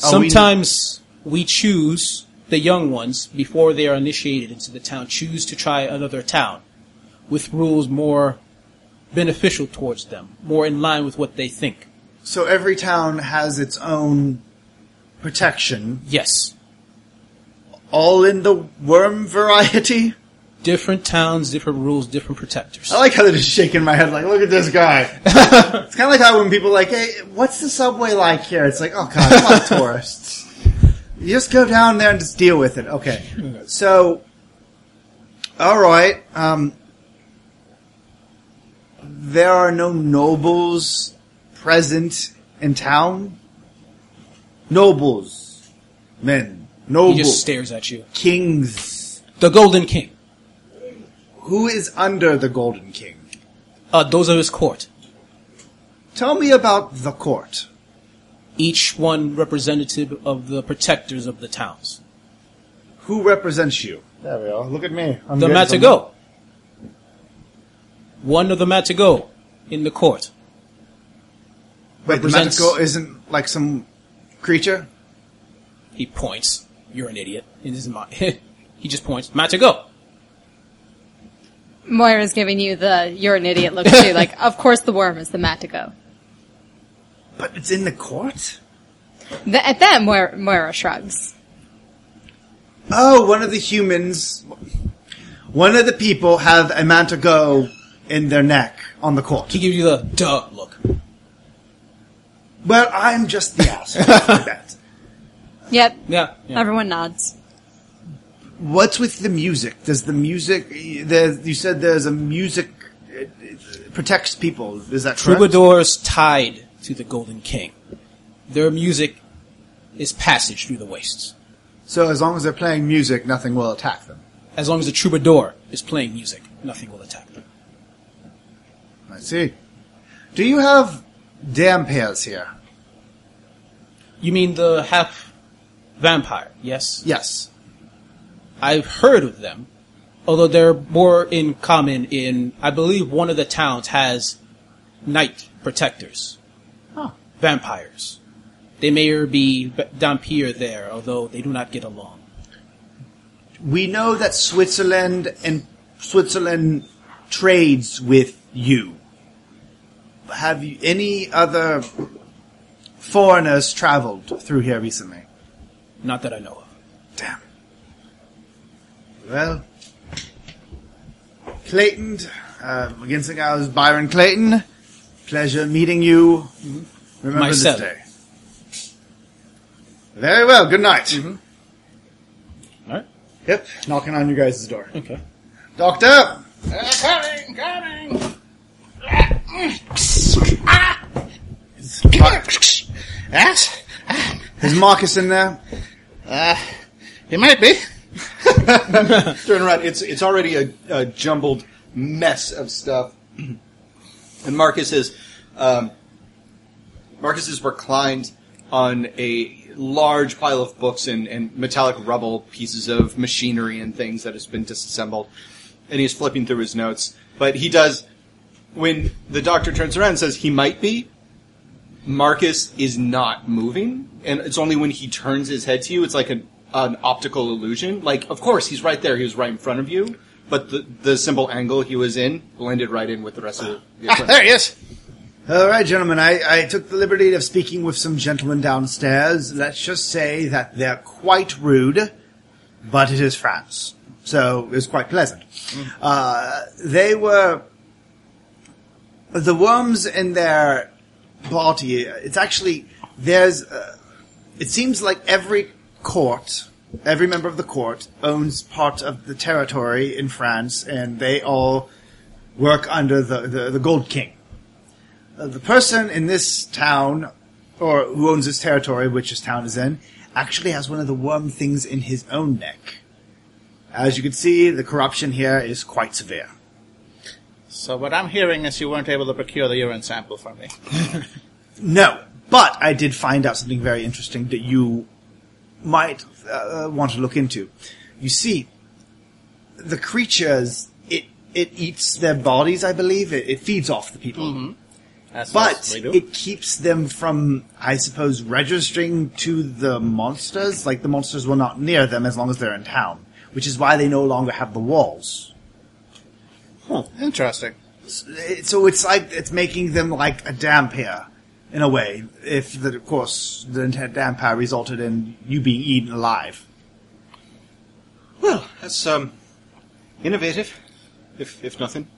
Oh, we-
Sometimes we choose the young ones before they are initiated into the town. Choose to try another town with rules more beneficial towards them, more in line with what they think.
so every town has its own protection,
Yes.
all in the worm variety.
Different towns, different rules, different protectors.
I like how they're just shaking my head, like, "Look at this guy." it's kind of like how when people are like, "Hey, what's the subway like here?" It's like, "Oh God, a lot of tourists." You just go down there and just deal with it. Okay, so, all right. Um, there are no nobles present in town. Nobles, men,
He
nobles,
just stares at you.
kings.
The Golden King.
Who is under the Golden King?
Uh, those are his court.
Tell me about the court.
Each one representative of the protectors of the towns.
Who represents you?
There we are. Look at me. I'm
The
good at them.
Matago. One of the Matago in the court.
Wait, the
Represents-
Matago isn't like some creature?
He points. You're an idiot. In his mind. he just points. Matago.
Moira's giving you the you're an idiot look too. Like, of course the worm is the mat to go.
But it's in the court?
Th- at that, Moira, Moira shrugs.
Oh, one of the humans, one of the people have a Matago in their neck on the court.
He gives you the duh look.
Well, I'm just the asshole for that.
Yep.
Yeah. yeah.
Everyone nods.
What's with the music? Does the music, the, you said there's a music, it, it protects people. Is that correct?
Troubadours tied to the Golden King. Their music is passage through the wastes.
So as long as they're playing music, nothing will attack them.
As long as the troubadour is playing music, nothing will attack them.
I see. Do you have damn pairs here?
You mean the half vampire, yes?
Yes.
I've heard of them, although they're more in common in, I believe one of the towns has night protectors. Vampires. They may be v- dampier there, although they do not get along.
We know that Switzerland and Switzerland trades with you. Have you any other foreigners traveled through here recently?
Not that I know of.
Damn. Well, Clayton, uh, against the guy was Byron Clayton. Pleasure meeting you. Remember
Myself.
this day. Very well. Good night.
Alright,
Yep. Knocking on your guys' door.
okay.
Doctor!
Coming, coming.
Ass?
Is moccasin there?
It might be.
Turn around. It's it's already a, a jumbled mess of stuff. And Marcus is um, Marcus is reclined on a large pile of books and, and metallic rubble, pieces of machinery and things that has been disassembled. And he's flipping through his notes. But he does when the doctor turns around and says he might be, Marcus is not moving, and it's only when he turns his head to you, it's like an, an optical illusion. Like, of course, he's right there; he was right in front of you, but the the simple angle he was in blended right in with the rest of the.
Ah, there he is.
All right, gentlemen. I, I took the liberty of speaking with some gentlemen downstairs. Let's just say that they're quite rude, but it is France, so it was quite pleasant. Uh, they were the worms in their body. It's actually there's. Uh, it seems like every court, every member of the court owns part of the territory in France, and they all work under the, the, the Gold King Uh, the person in this town, or who owns this territory, which this town is in, actually has one of the worm things in his own neck. As you can see, the corruption here is quite severe.
So what I'm hearing is you weren't able to procure the urine sample for me.
No, but I did find out something very interesting that you might uh, want to look into. You see, the creatures it it eats their bodies, I believe. It, it feeds off the people.
That's what
but
we do.
it keeps them from, I suppose, registering to the monsters. Like the monsters will not near them as long as they're in town, which is why they no longer have the walls.
Interesting.
S- it- So it's like it's making them like a dampier, in a way. If the, of course the intent dampier resulted in you being eaten alive.
Well, that's um, innovative, if if nothing.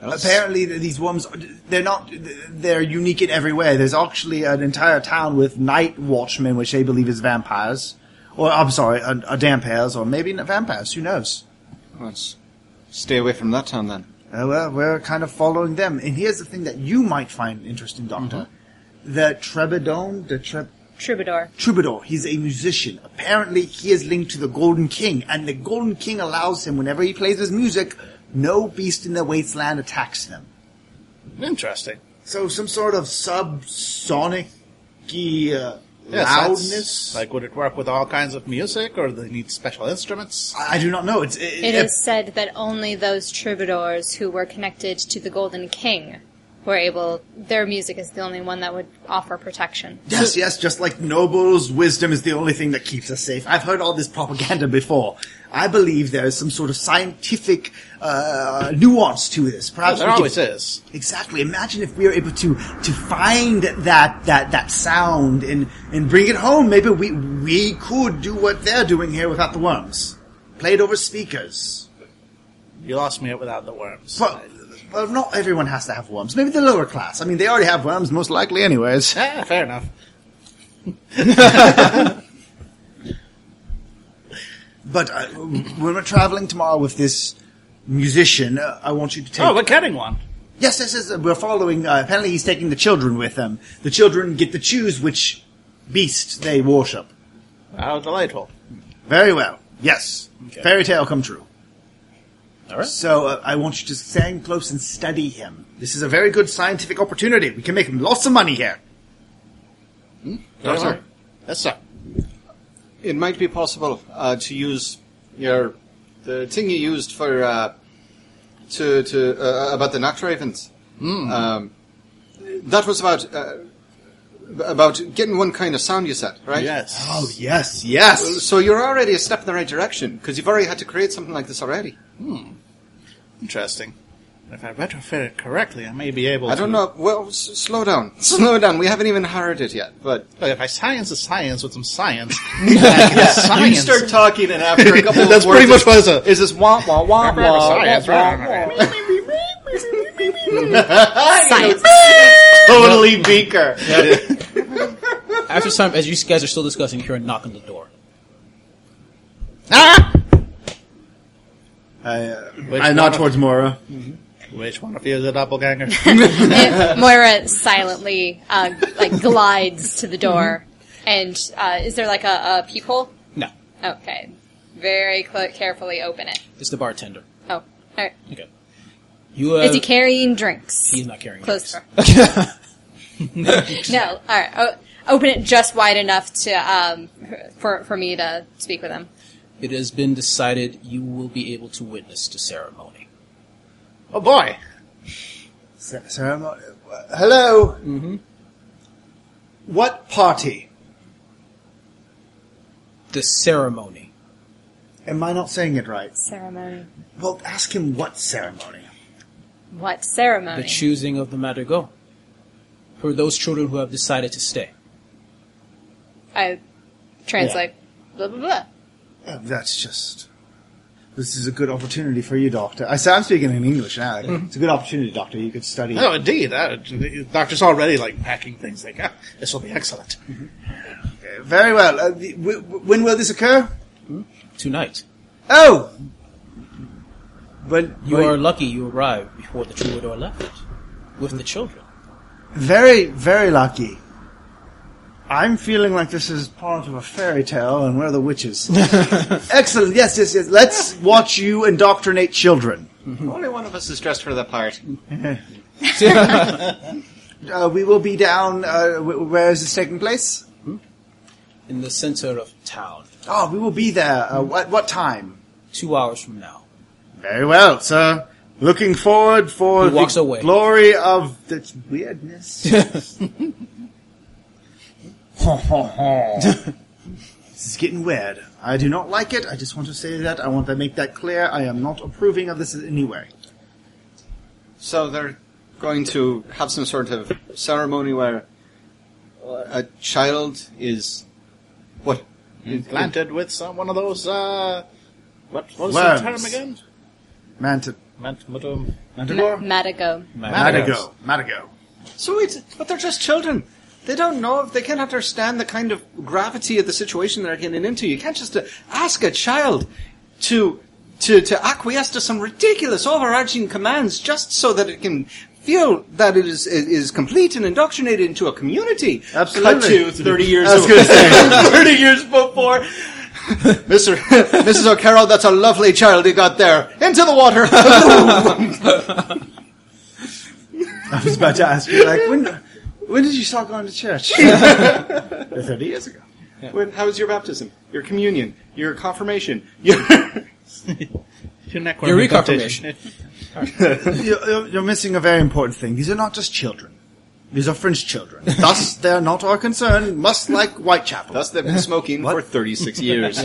else.
Apparently, th- these worms they're not they're unique in every way. There's actually an entire town with night watchmen, which they believe is vampires, or I'm sorry, are, are dampiers, or maybe not vampires. Who knows?
Let's stay away from that town then.
Uh, well, we're kind of following them. And here's the thing that you might find interesting, Doctor: the Trebidon, the tre-
Troubadour.
troubadour. He's a musician. Apparently, he is linked to the Golden King, and the Golden King allows him whenever he plays his music. No beast in the wasteland attacks him.
Interesting.
So some sort of subsonic uh,
Yes, that's-
loudness.
Like, would it work with all kinds of music, or do they need special instruments?
I I do not know. It's it,
It is said that only those troubadours who were connected to the Golden King were able. Their music is the only one that would offer protection.
Yes, yes. Just like nobles, wisdom is the only thing that keeps us safe. I've heard all this propaganda before. I believe there is some sort of scientific uh, nuance to this. Perhaps
There
we could-
always is.
Exactly. Imagine if we were able to to find that that that sound and and bring it home. Maybe we we could do what they're doing here without the worms. Played over speakers.
You lost me at without the worms.
Well, well, not everyone has to have worms. Maybe the lower class. I mean, they already have worms, most likely, anyways.
Ah, fair enough.
But uh, when we're traveling tomorrow with this musician, uh, I want you to take.
Oh, we're getting one.
yes, yes, yes. uh, We're following. Uh, apparently, he's taking the children with him. The children get to choose which beast they worship.
How delightful.
Very well. Yes.
Okay.
Fairy tale come true.
All right.
So uh, I want you to stand close and study him. This is a very good scientific opportunity. We can make lots of money here.
Hmm? Very
sir.
well. Yes, sir.
It might be possible uh, to use your the thing you used for uh, to to uh, about the Noctravens.
Hmm.
Um, that was about uh, about getting one kind of sound you said, right?
Yes.
Oh yes, yes.
So you're already a step in the right direction because you've already had to create something like this already.
Interesting. If I retrofit it correctly, I may be able
I
to.
don't know. Well, s- slow down, slow down. We haven't even hired it yet, but
Look, if I science the science with some science, I can do science.
you start talking, and after a couple
That's
of words,
pretty much what I said.
is this wah wah wah
Remember
wah,
science,
wah,
right?
wah,
Remember.
Science.
totally beaker.
After some, as you guys are still discussing, you hear a knock on the door.
Ah!
I, uh,
Which
I
one
nod
of-
Uh,
towards Mora.
Which one of you is a doppelganger?
And Moira silently uh, like glides to the door,
Mm-hmm.
and uh, is there like a, a peephole?
No,
Okay, very cl- carefully open it.
it's the bartender.
Oh, all right.
Okay. You, uh,
is he carrying drinks?
he's not carrying
Close the
drinks.
door. no, all right.
Oh,
O- open it just wide enough to um, for for me to speak with him.
It has been decided you will be able to witness the ceremony.
oh boy!
So, so I'm, uh, hello. Mm-hmm. What party?
The ceremony.
Am I not saying it right?
Ceremony.
Well, ask him what ceremony.
What
The
ceremony?
choosing of the Madrigal. For those children who have decided to stay.
I translate. Blah blah blah.
Oh, that's just. This is a good opportunity for you, Doctor. I say I'm speaking in English now.
Mm-hmm.
It's a good opportunity, Doctor. You could study.
Oh, indeed. Uh, the doctor's already like packing things. Like, ah, this will be excellent.
Uh, Very well. Uh, the- w- w- when will this occur?
Tonight.
Oh! Well,
You
well,
are lucky you arrived before the troubadour left. With the children.
very, very lucky. I'm feeling like this is part of a fairy tale and we're the witches. Excellent. Yes, yes, yes. Let's watch you indoctrinate children.
Only one of us is dressed for that part.
Uh, we will be down. Uh, w- where is this taking place?
In the center of town.
Oh, we will be there. Uh, what, what time?
Two hours from now.
Very well, sir. Looking forward for
He walks
the
away.
glory of the weirdness. this is getting weird. I do not like it. I just want to say that. I want to make that clear. I am not approving of this in any way.
So they're going to have some sort of ceremony where a child is what?
Planted with some one of those. Uh, what what was
Worms.
the term again?
Manta-
Mant- matum-
Ma-
Manticore?
Madigo.
Madigo. Madigo.
So it's but they're just children. They don't know if they can't understand the kind of gravity of the situation they're getting into. You can't just uh, ask a child to to to acquiesce to some ridiculous overarching commands just so that it can feel that it is it is complete and indoctrinated into a community.
Absolutely.
Cut to thirty years.
I was
ago-
gonna say.
thirty years before. Mr. Mrs. O'Carroll, that's a lovely child you got there. Into the water.
I was about to ask you, like, when, when did you start going to church? 30 years ago.
When, how was your baptism? Your communion? Your confirmation? Your
Your neck
Your
reconfirmation.
reconfirmation.
You're, you're- you're missing a very important thing. These are not just children. These are French children. Thus, they are not our concern, must like Whitechapel.
Thus, they've been smoking for 36 years.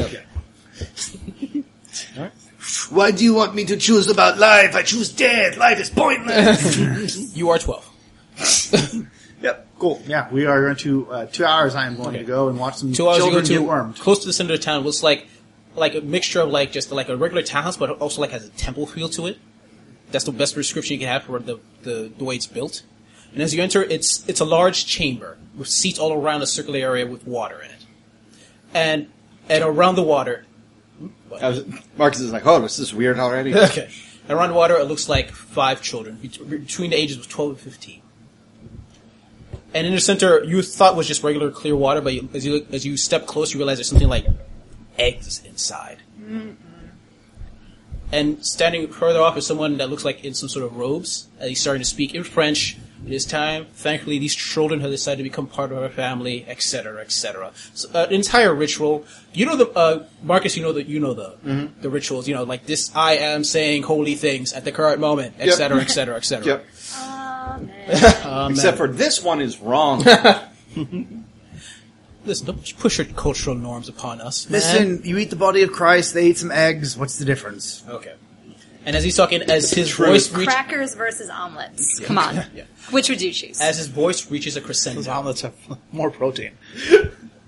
Why do you want me to choose about life? I choose death. Life is pointless.
You are 12.
Yep, cool. Yeah, we are going to, uh, two hours I am going
Okay.
to go and watch some
two hours Uh-huh.
children
you go to
get wormed.
close to the center of town looks like like a mixture of like just like a regular townhouse but also like has a temple feel to it that's the best description you can have for the, the, the way it's built and as you enter it's it's a large chamber with seats all around a circular area with water in it and and around the water
I was- Marcus is like, oh, this is weird already.
okay and around the water it looks like five children bet- between the ages of 12 and 15 and in the center you thought was just regular clear water but you, as you look, as you step close you realize there's something like eggs inside and standing further off is someone that looks like in some sort of robes. And he's starting to speak in French. It is time. Thankfully, these children have decided to become part of our family, etc., etc. So, uh, entire ritual. You know the uh, Marcus. You know the you know the the rituals. You know, like this. I am saying holy things at the current moment, etc., etc., etc.
Yep. Except for this one is wrong.
Listen, don't push your cultural norms upon us. man.
Listen, you eat the body of Christ, they eat some eggs, what's the difference?
Okay. And as he's talking, as his voice reach,
Crackers versus omelets. Come on.
Yeah.
Which would you choose?
as his voice reaches a crescendo,
Those omelets have more protein.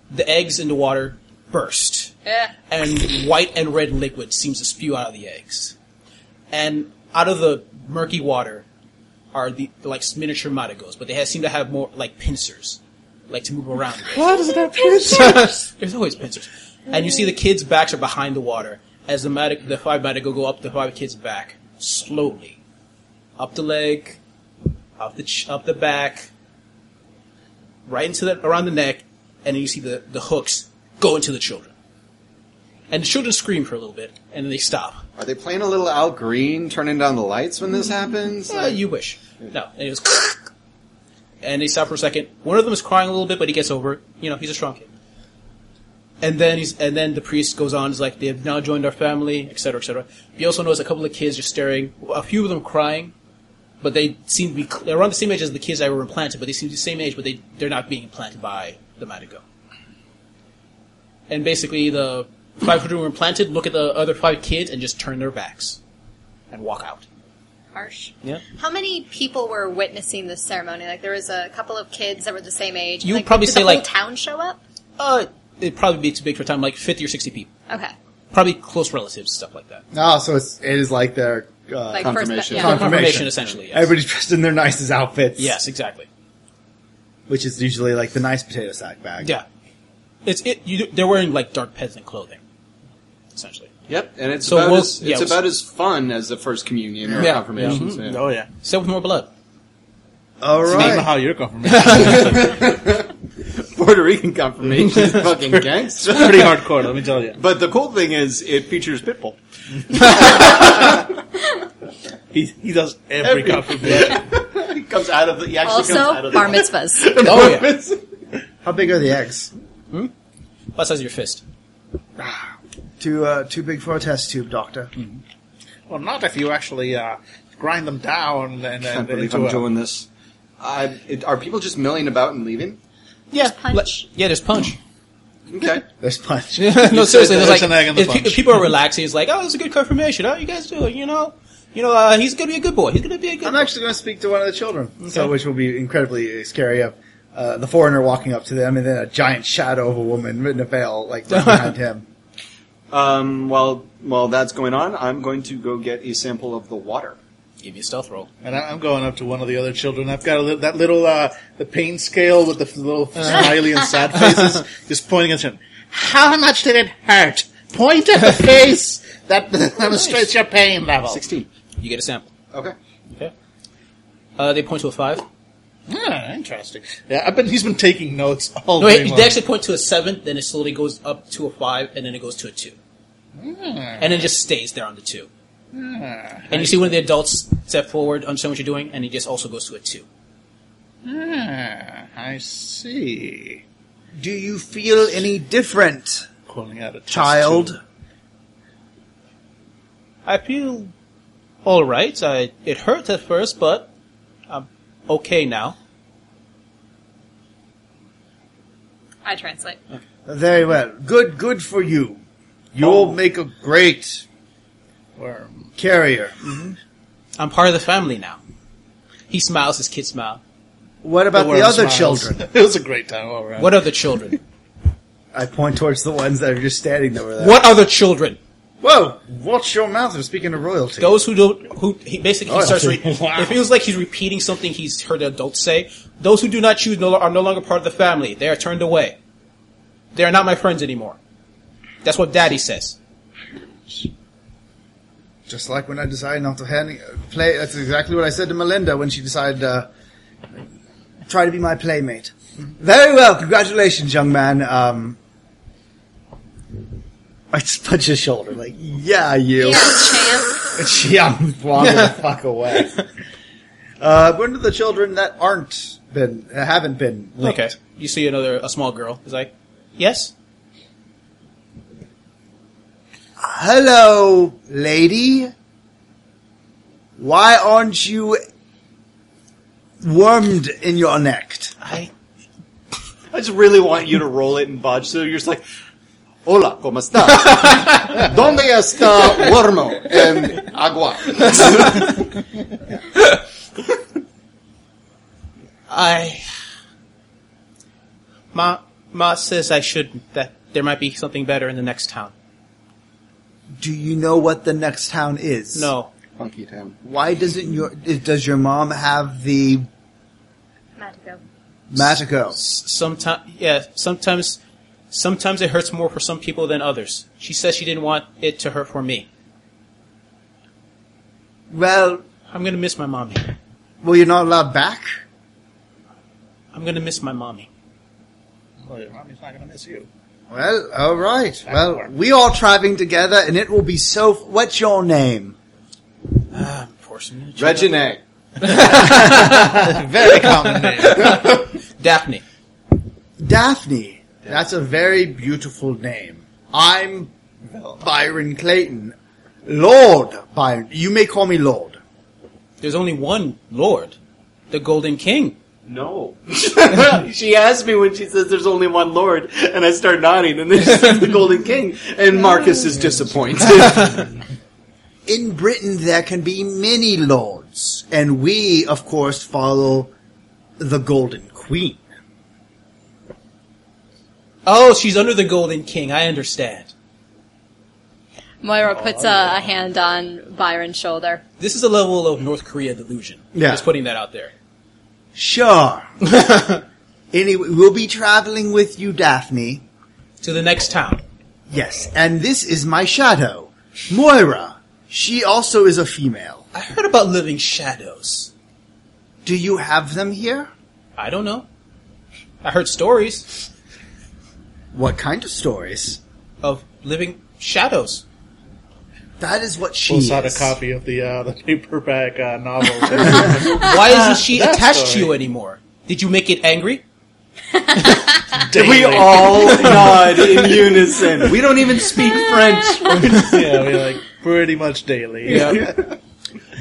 the eggs in the water burst.
Eh.
and white and red liquid seems to spew out of the eggs. And out of the murky water are the like miniature madrigals, but they have, seem to have more like pincers, like to move around. What is that pincers? There's always pincers. And you see the kids' backs are behind the water as the madig- the five madrigal go up the five kids' back slowly up the leg, up the ch- up the back, right into the around the neck, and then you see the, the hooks go into the children. And the children scream for a little bit, and then they stop.
Are they playing a little Al Green, turning down the lights when this happens?
Uh, you wish. No. And it was. And they stop for a second. One of them is crying a little bit, but he gets over it. You know, he's a strong kid. And then he's, and then the priest goes on. He's like, they have now joined our family, etc., etc. But you also notice a couple of kids just staring. A few of them crying, but they seem to be cl- they're around the same age as the kids that were implanted. But they seem to be the same age, but they they're not being implanted by the Madigo. And basically, the five children were implanted. Look at the other five kids and just turn their backs and walk out.
Harsh.
Yeah.
How many people were witnessing this ceremony? Like there was a couple of kids that were the same age.
You would
like,
probably
did
say,
the whole
like-
town show up.
Uh, it'd probably be too big for time, like 50 or 60 people.
Okay.
Probably close relatives, stuff like that.
Oh, so it's, it is like their uh,
Like first,
confirmation.
yeah.
Confirmation.
essentially, yes.
everybody's dressed in their nicest outfits.
yes, exactly.
which is usually like the nice potato sack bag.
Yeah. It's, it, you, they're wearing, like, dark peasant clothing. Essentially.
Yep, and it's
So
about
we'll-
as,
yeah,
it's
we'll-
about as fun as the first communion or
Yeah.
confirmation. so-
Oh yeah.
Except with more blood.
All
I don't know
right.
how you're confirmation.
Puerto Rican confirmation is fucking gangster.
Pretty hardcore, let me tell you.
But the cool thing is, it features Pitbull.
He, he does every,
Every-
confirmation.
He comes out of the. He actually comes out
Also,
of
bar
the.
mitzvahs.
Oh, yeah.
How big are the eggs?
About the size of your fist.
Too uh, too big for a test tube, Doctor.
Hmm.
Well, not if you actually uh, grind them down and,
I can't
and
believe
into
I'm
a,
doing this. I, it, are people just milling about and leaving?
Yeah.
punch.
le- yeah, there's punch.
Okay.
There's punch.
no, seriously,
there's
there's like,
an egg in the
if, pe-
punch.
if people are relaxing, it's like, oh, it's a good confirmation. How you guys doing? You know? You know, uh, he's gonna be a good boy. He's gonna be a good
I'm
boy.
actually going to speak to one of the children, so
Okay.
which will be incredibly scary. Of uh, the foreigner walking up to them, and then a giant shadow of a woman in a veil, like right behind him.
Um, while while that's going on, I'm going to go get a sample of the water.
Give me a stealth roll.
And I- I'm going up to one of the other children. I've got a little, that little uh, the pain scale with the f- little
Uh-huh.
smiley and sad faces, just pointing at him. How much did it hurt? Point at the face that demonstrates your pain level.
Sixteen.
You get a sample.
Okay.
Okay. Uh, they point to a five.
Ah, interesting. Yeah, I've been. He's been taking notes all
No,
day
wait,
long.
they actually point to a seven, then it slowly goes up to a five, and then it goes to a two. Hmm. And then just stays there on the two. Hmm. And you see one of the adults step forward, understand what you're doing, and he just also goes to a two.
Ah, I see.
Do you feel any different,
Calling out a test
child?
tube.
I feel alright. I It hurt at first, but I'm okay now.
I translate.
Very well. Good, good for you. You'll make a great um,
Worm.
carrier.
I'm part of the family now. He smiles, his kids smile.
What about the,
worm
other
smiles.
children?
it was a great time all around.
What other children?
I point towards the ones that are just standing there. With
what other children?
Whoa! Watch your mouth. I'm speaking of royalty.
Those who don't, who he basically he
Oh,
starts. Re-
wow.
It feels like he's repeating something he's heard adults say. Those who do not choose no, are no longer part of the family. They are turned away. They are not my friends anymore. That's what Daddy says.
Just like when I decided not to hand, play. That's exactly what I said to Melinda when she decided uh,
Try to be my playmate. Very well. Congratulations, young man. Um, I just punch his shoulder, like, yeah, you.
Yeah, champ.
Yeah, I'm walking the fuck away.
Uh, when do the children that aren't been uh, haven't been linked?
Okay. You see another a small girl. He's like, yes.
Hello, lady. Why aren't you wormed in your neck?
I
I just really want you to roll it and budge. So you're just like, "Hola, cómo está? ¿Dónde está Wormo and agua?"
I Ma Ma says I shouldn't. That there might be something better in the next town.
Do you know what the next town is?
No.
Funky town.
Why doesn't your does your mom have the
Madigo.
Matico?
Sometimes, yeah, sometimes, sometimes it hurts more for some people than others. She says she didn't want it to hurt for me.
Well,
I'm gonna miss my mommy.
Well, you're not allowed back.
I'm gonna miss my mommy.
Well, your Oh, mommy's not going to miss you.
Well, all right. Well, we all traveling together, and it will be so. What's your name?
Ah, forcing me to check out-
Regine.
Very common name.
Daphne.
Daphne. That's a very beautiful name. I'm Byron Clayton. Lord Byron. You may call me Lord.
There's only one Lord, the Golden King.
No. she asked me when she says there's only one Lord, and I start nodding, and then she says the Golden King, and Marcus is disappointed.
In Britain, there can be many lords. And we, of course, follow the Golden Queen.
Oh, she's under the Golden King. I understand.
Moira puts a, a hand on Byron's shoulder.
This is a level of North Korea delusion.
Yeah.
Just putting that out there.
Sure. anyway, we'll be traveling with you, Daphne.
To the next town.
Yes, and this is my shadow, Moira. She also is a female.
I heard about living shadows.
Do you have them here?
I don't know. I heard stories
What kind of stories?
of living shadows.
That is what she
Also had a
is.
copy of the uh, the paperback uh, novel.
Why isn't she
That
attached
story.
to you anymore? Did you make it angry?
we
All nod in unison. We don't even speak French.
yeah, we like pretty much daily.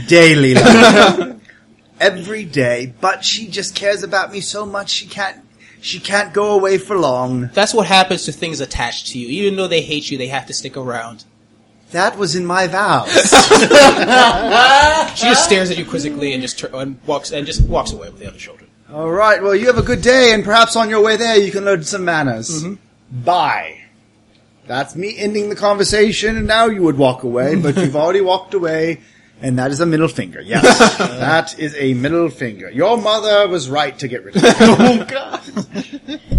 Daily life. Every day, but she just cares about me so much she can't she can't go away for long.
That's what happens to things attached to you. Even though they hate you, they have to stick around.
That was in my vows.
She just stares at you quizzically and just tur- and walks and just walks away with the other children.
All right, well, you have a good day, and perhaps on your way there you can learn some manners.
Mm-hmm.
Bye. That's me ending the conversation, and now you would walk away, but you've already walked away, and that is a middle finger. Yes, that is a middle finger. Your mother was right to get rid of me.
Oh,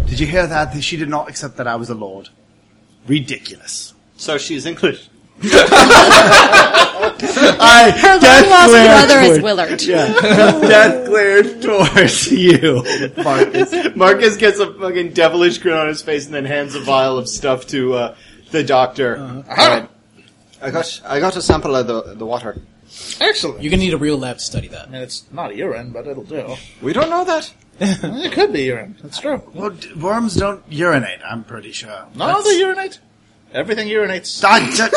Did you hear that? She did not accept that I was a lord. Ridiculous.
So she's English.
I
Her long lost brother is Willard.
Death glared towards you, Marcus. Marcus gets a fucking devilish grin on his face and then hands a vial of stuff to uh, the doctor.
Alright. I got I got a sample of the the water.
Excellent.
You're gonna need a real lab to study that.
and it's not urine, but it'll do.
We don't know that.
It could be urine. That's true.
Well, d- worms don't urinate, I'm pretty sure.
No, they urinate. Everything urinates.
I-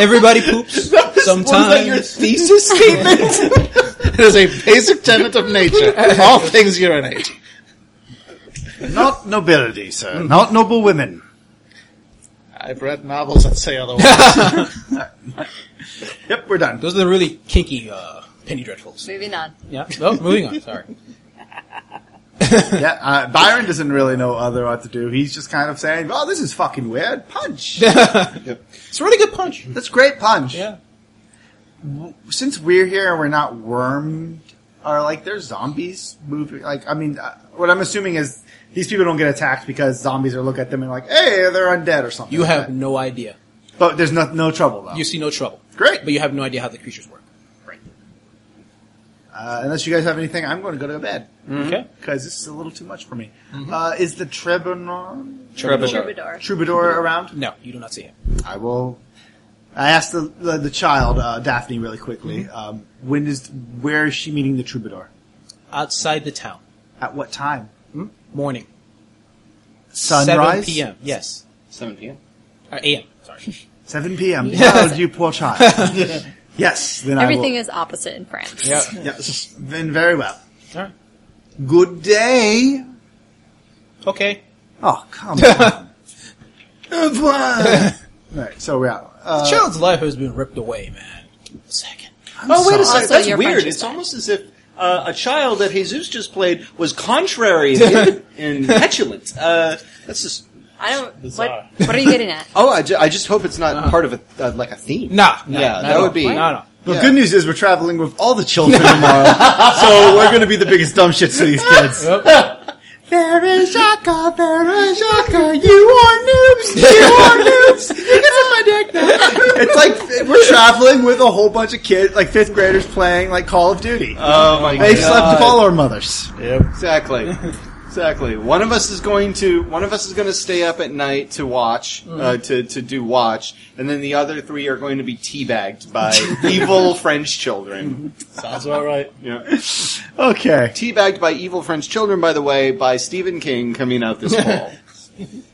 Everybody poops sometimes.
thesis statement?
It is a basic tenet of nature. All things urinate.
Not nobility, sir.
Hmm.
Not noble women.
I've read novels that say otherwise.
Yep, we're done.
Those are the really kinky uh, penny dreadfuls.
Moving on.
Yeah. No, moving on. Sorry.
Yeah, uh, Byron doesn't really know other what to do. He's just kind of saying, "Oh, this is fucking weird." Punch.
It's a really good punch.
That's great punch.
Yeah.
Since we're here and we're not wormed, are like there's zombies moving? Like, I mean, uh, what I'm assuming is these people don't get attacked because zombies are look at them and like, "Hey, they're undead" or something.
You
like
have
that.
no idea.
but there's no no trouble though.
You see no trouble.
Great.
But you have no idea how the creatures work.
Uh, unless you guys have anything, I'm going to go to bed
Okay.
because this is a little too much for me.
Mm-hmm.
Uh, is the Trebon
Troubadour.
troubadour around?
No, you do not see him.
I will. I asked the the, the child uh, Daphne really quickly.
Mm-hmm.
Um, when is where is she meeting the troubadour?
Outside the town.
At what time?
Morning. 7
Sunrise.
p.m. Yes.
7 p.m.
Or a.m. Sorry.
Seven p.m. Yes. you poor child. yes. Then
Everything
I
is opposite in France.
will. Yes. Then very well.
All right.
Good day.
Okay.
Oh come on. Au revoir. All right. So we're out. Uh,
The child's life has been ripped away, man. A second.
Oh, wait
sorry.
a second.
Also,
That's
your
weird.
French is
It's
bad.
almost as if uh, a child that Jesus just played was contrary and, and petulant. Uh, that's just.
I don't.
Bizarre.
What, what are you getting at?
Oh, I, ju- I just hope it's not part of a uh, like a theme.
Nah. nah
Yeah,
not
that
at
would
all.
be-
Not at all.
The
Yeah.
good news is we're traveling with all the children tomorrow, so we're going to be the biggest dumb shits to these kids. Very shaka, very shaka, you are noobs, you are noobs. You get on my dick now. It's like we're traveling with a whole bunch of kids, like fifth graders playing like Call of Duty.
Oh my
they
god.
slept with all our mothers.
Exactly. Exactly. One of us is going to one of us is going to stay up at night to watch uh, to to do watch, and then the other three are going to be teabagged by evil French children.
Sounds about right.
Yeah.
Okay.
Teabagged by evil French children, by the way, by Stephen King coming out this fall.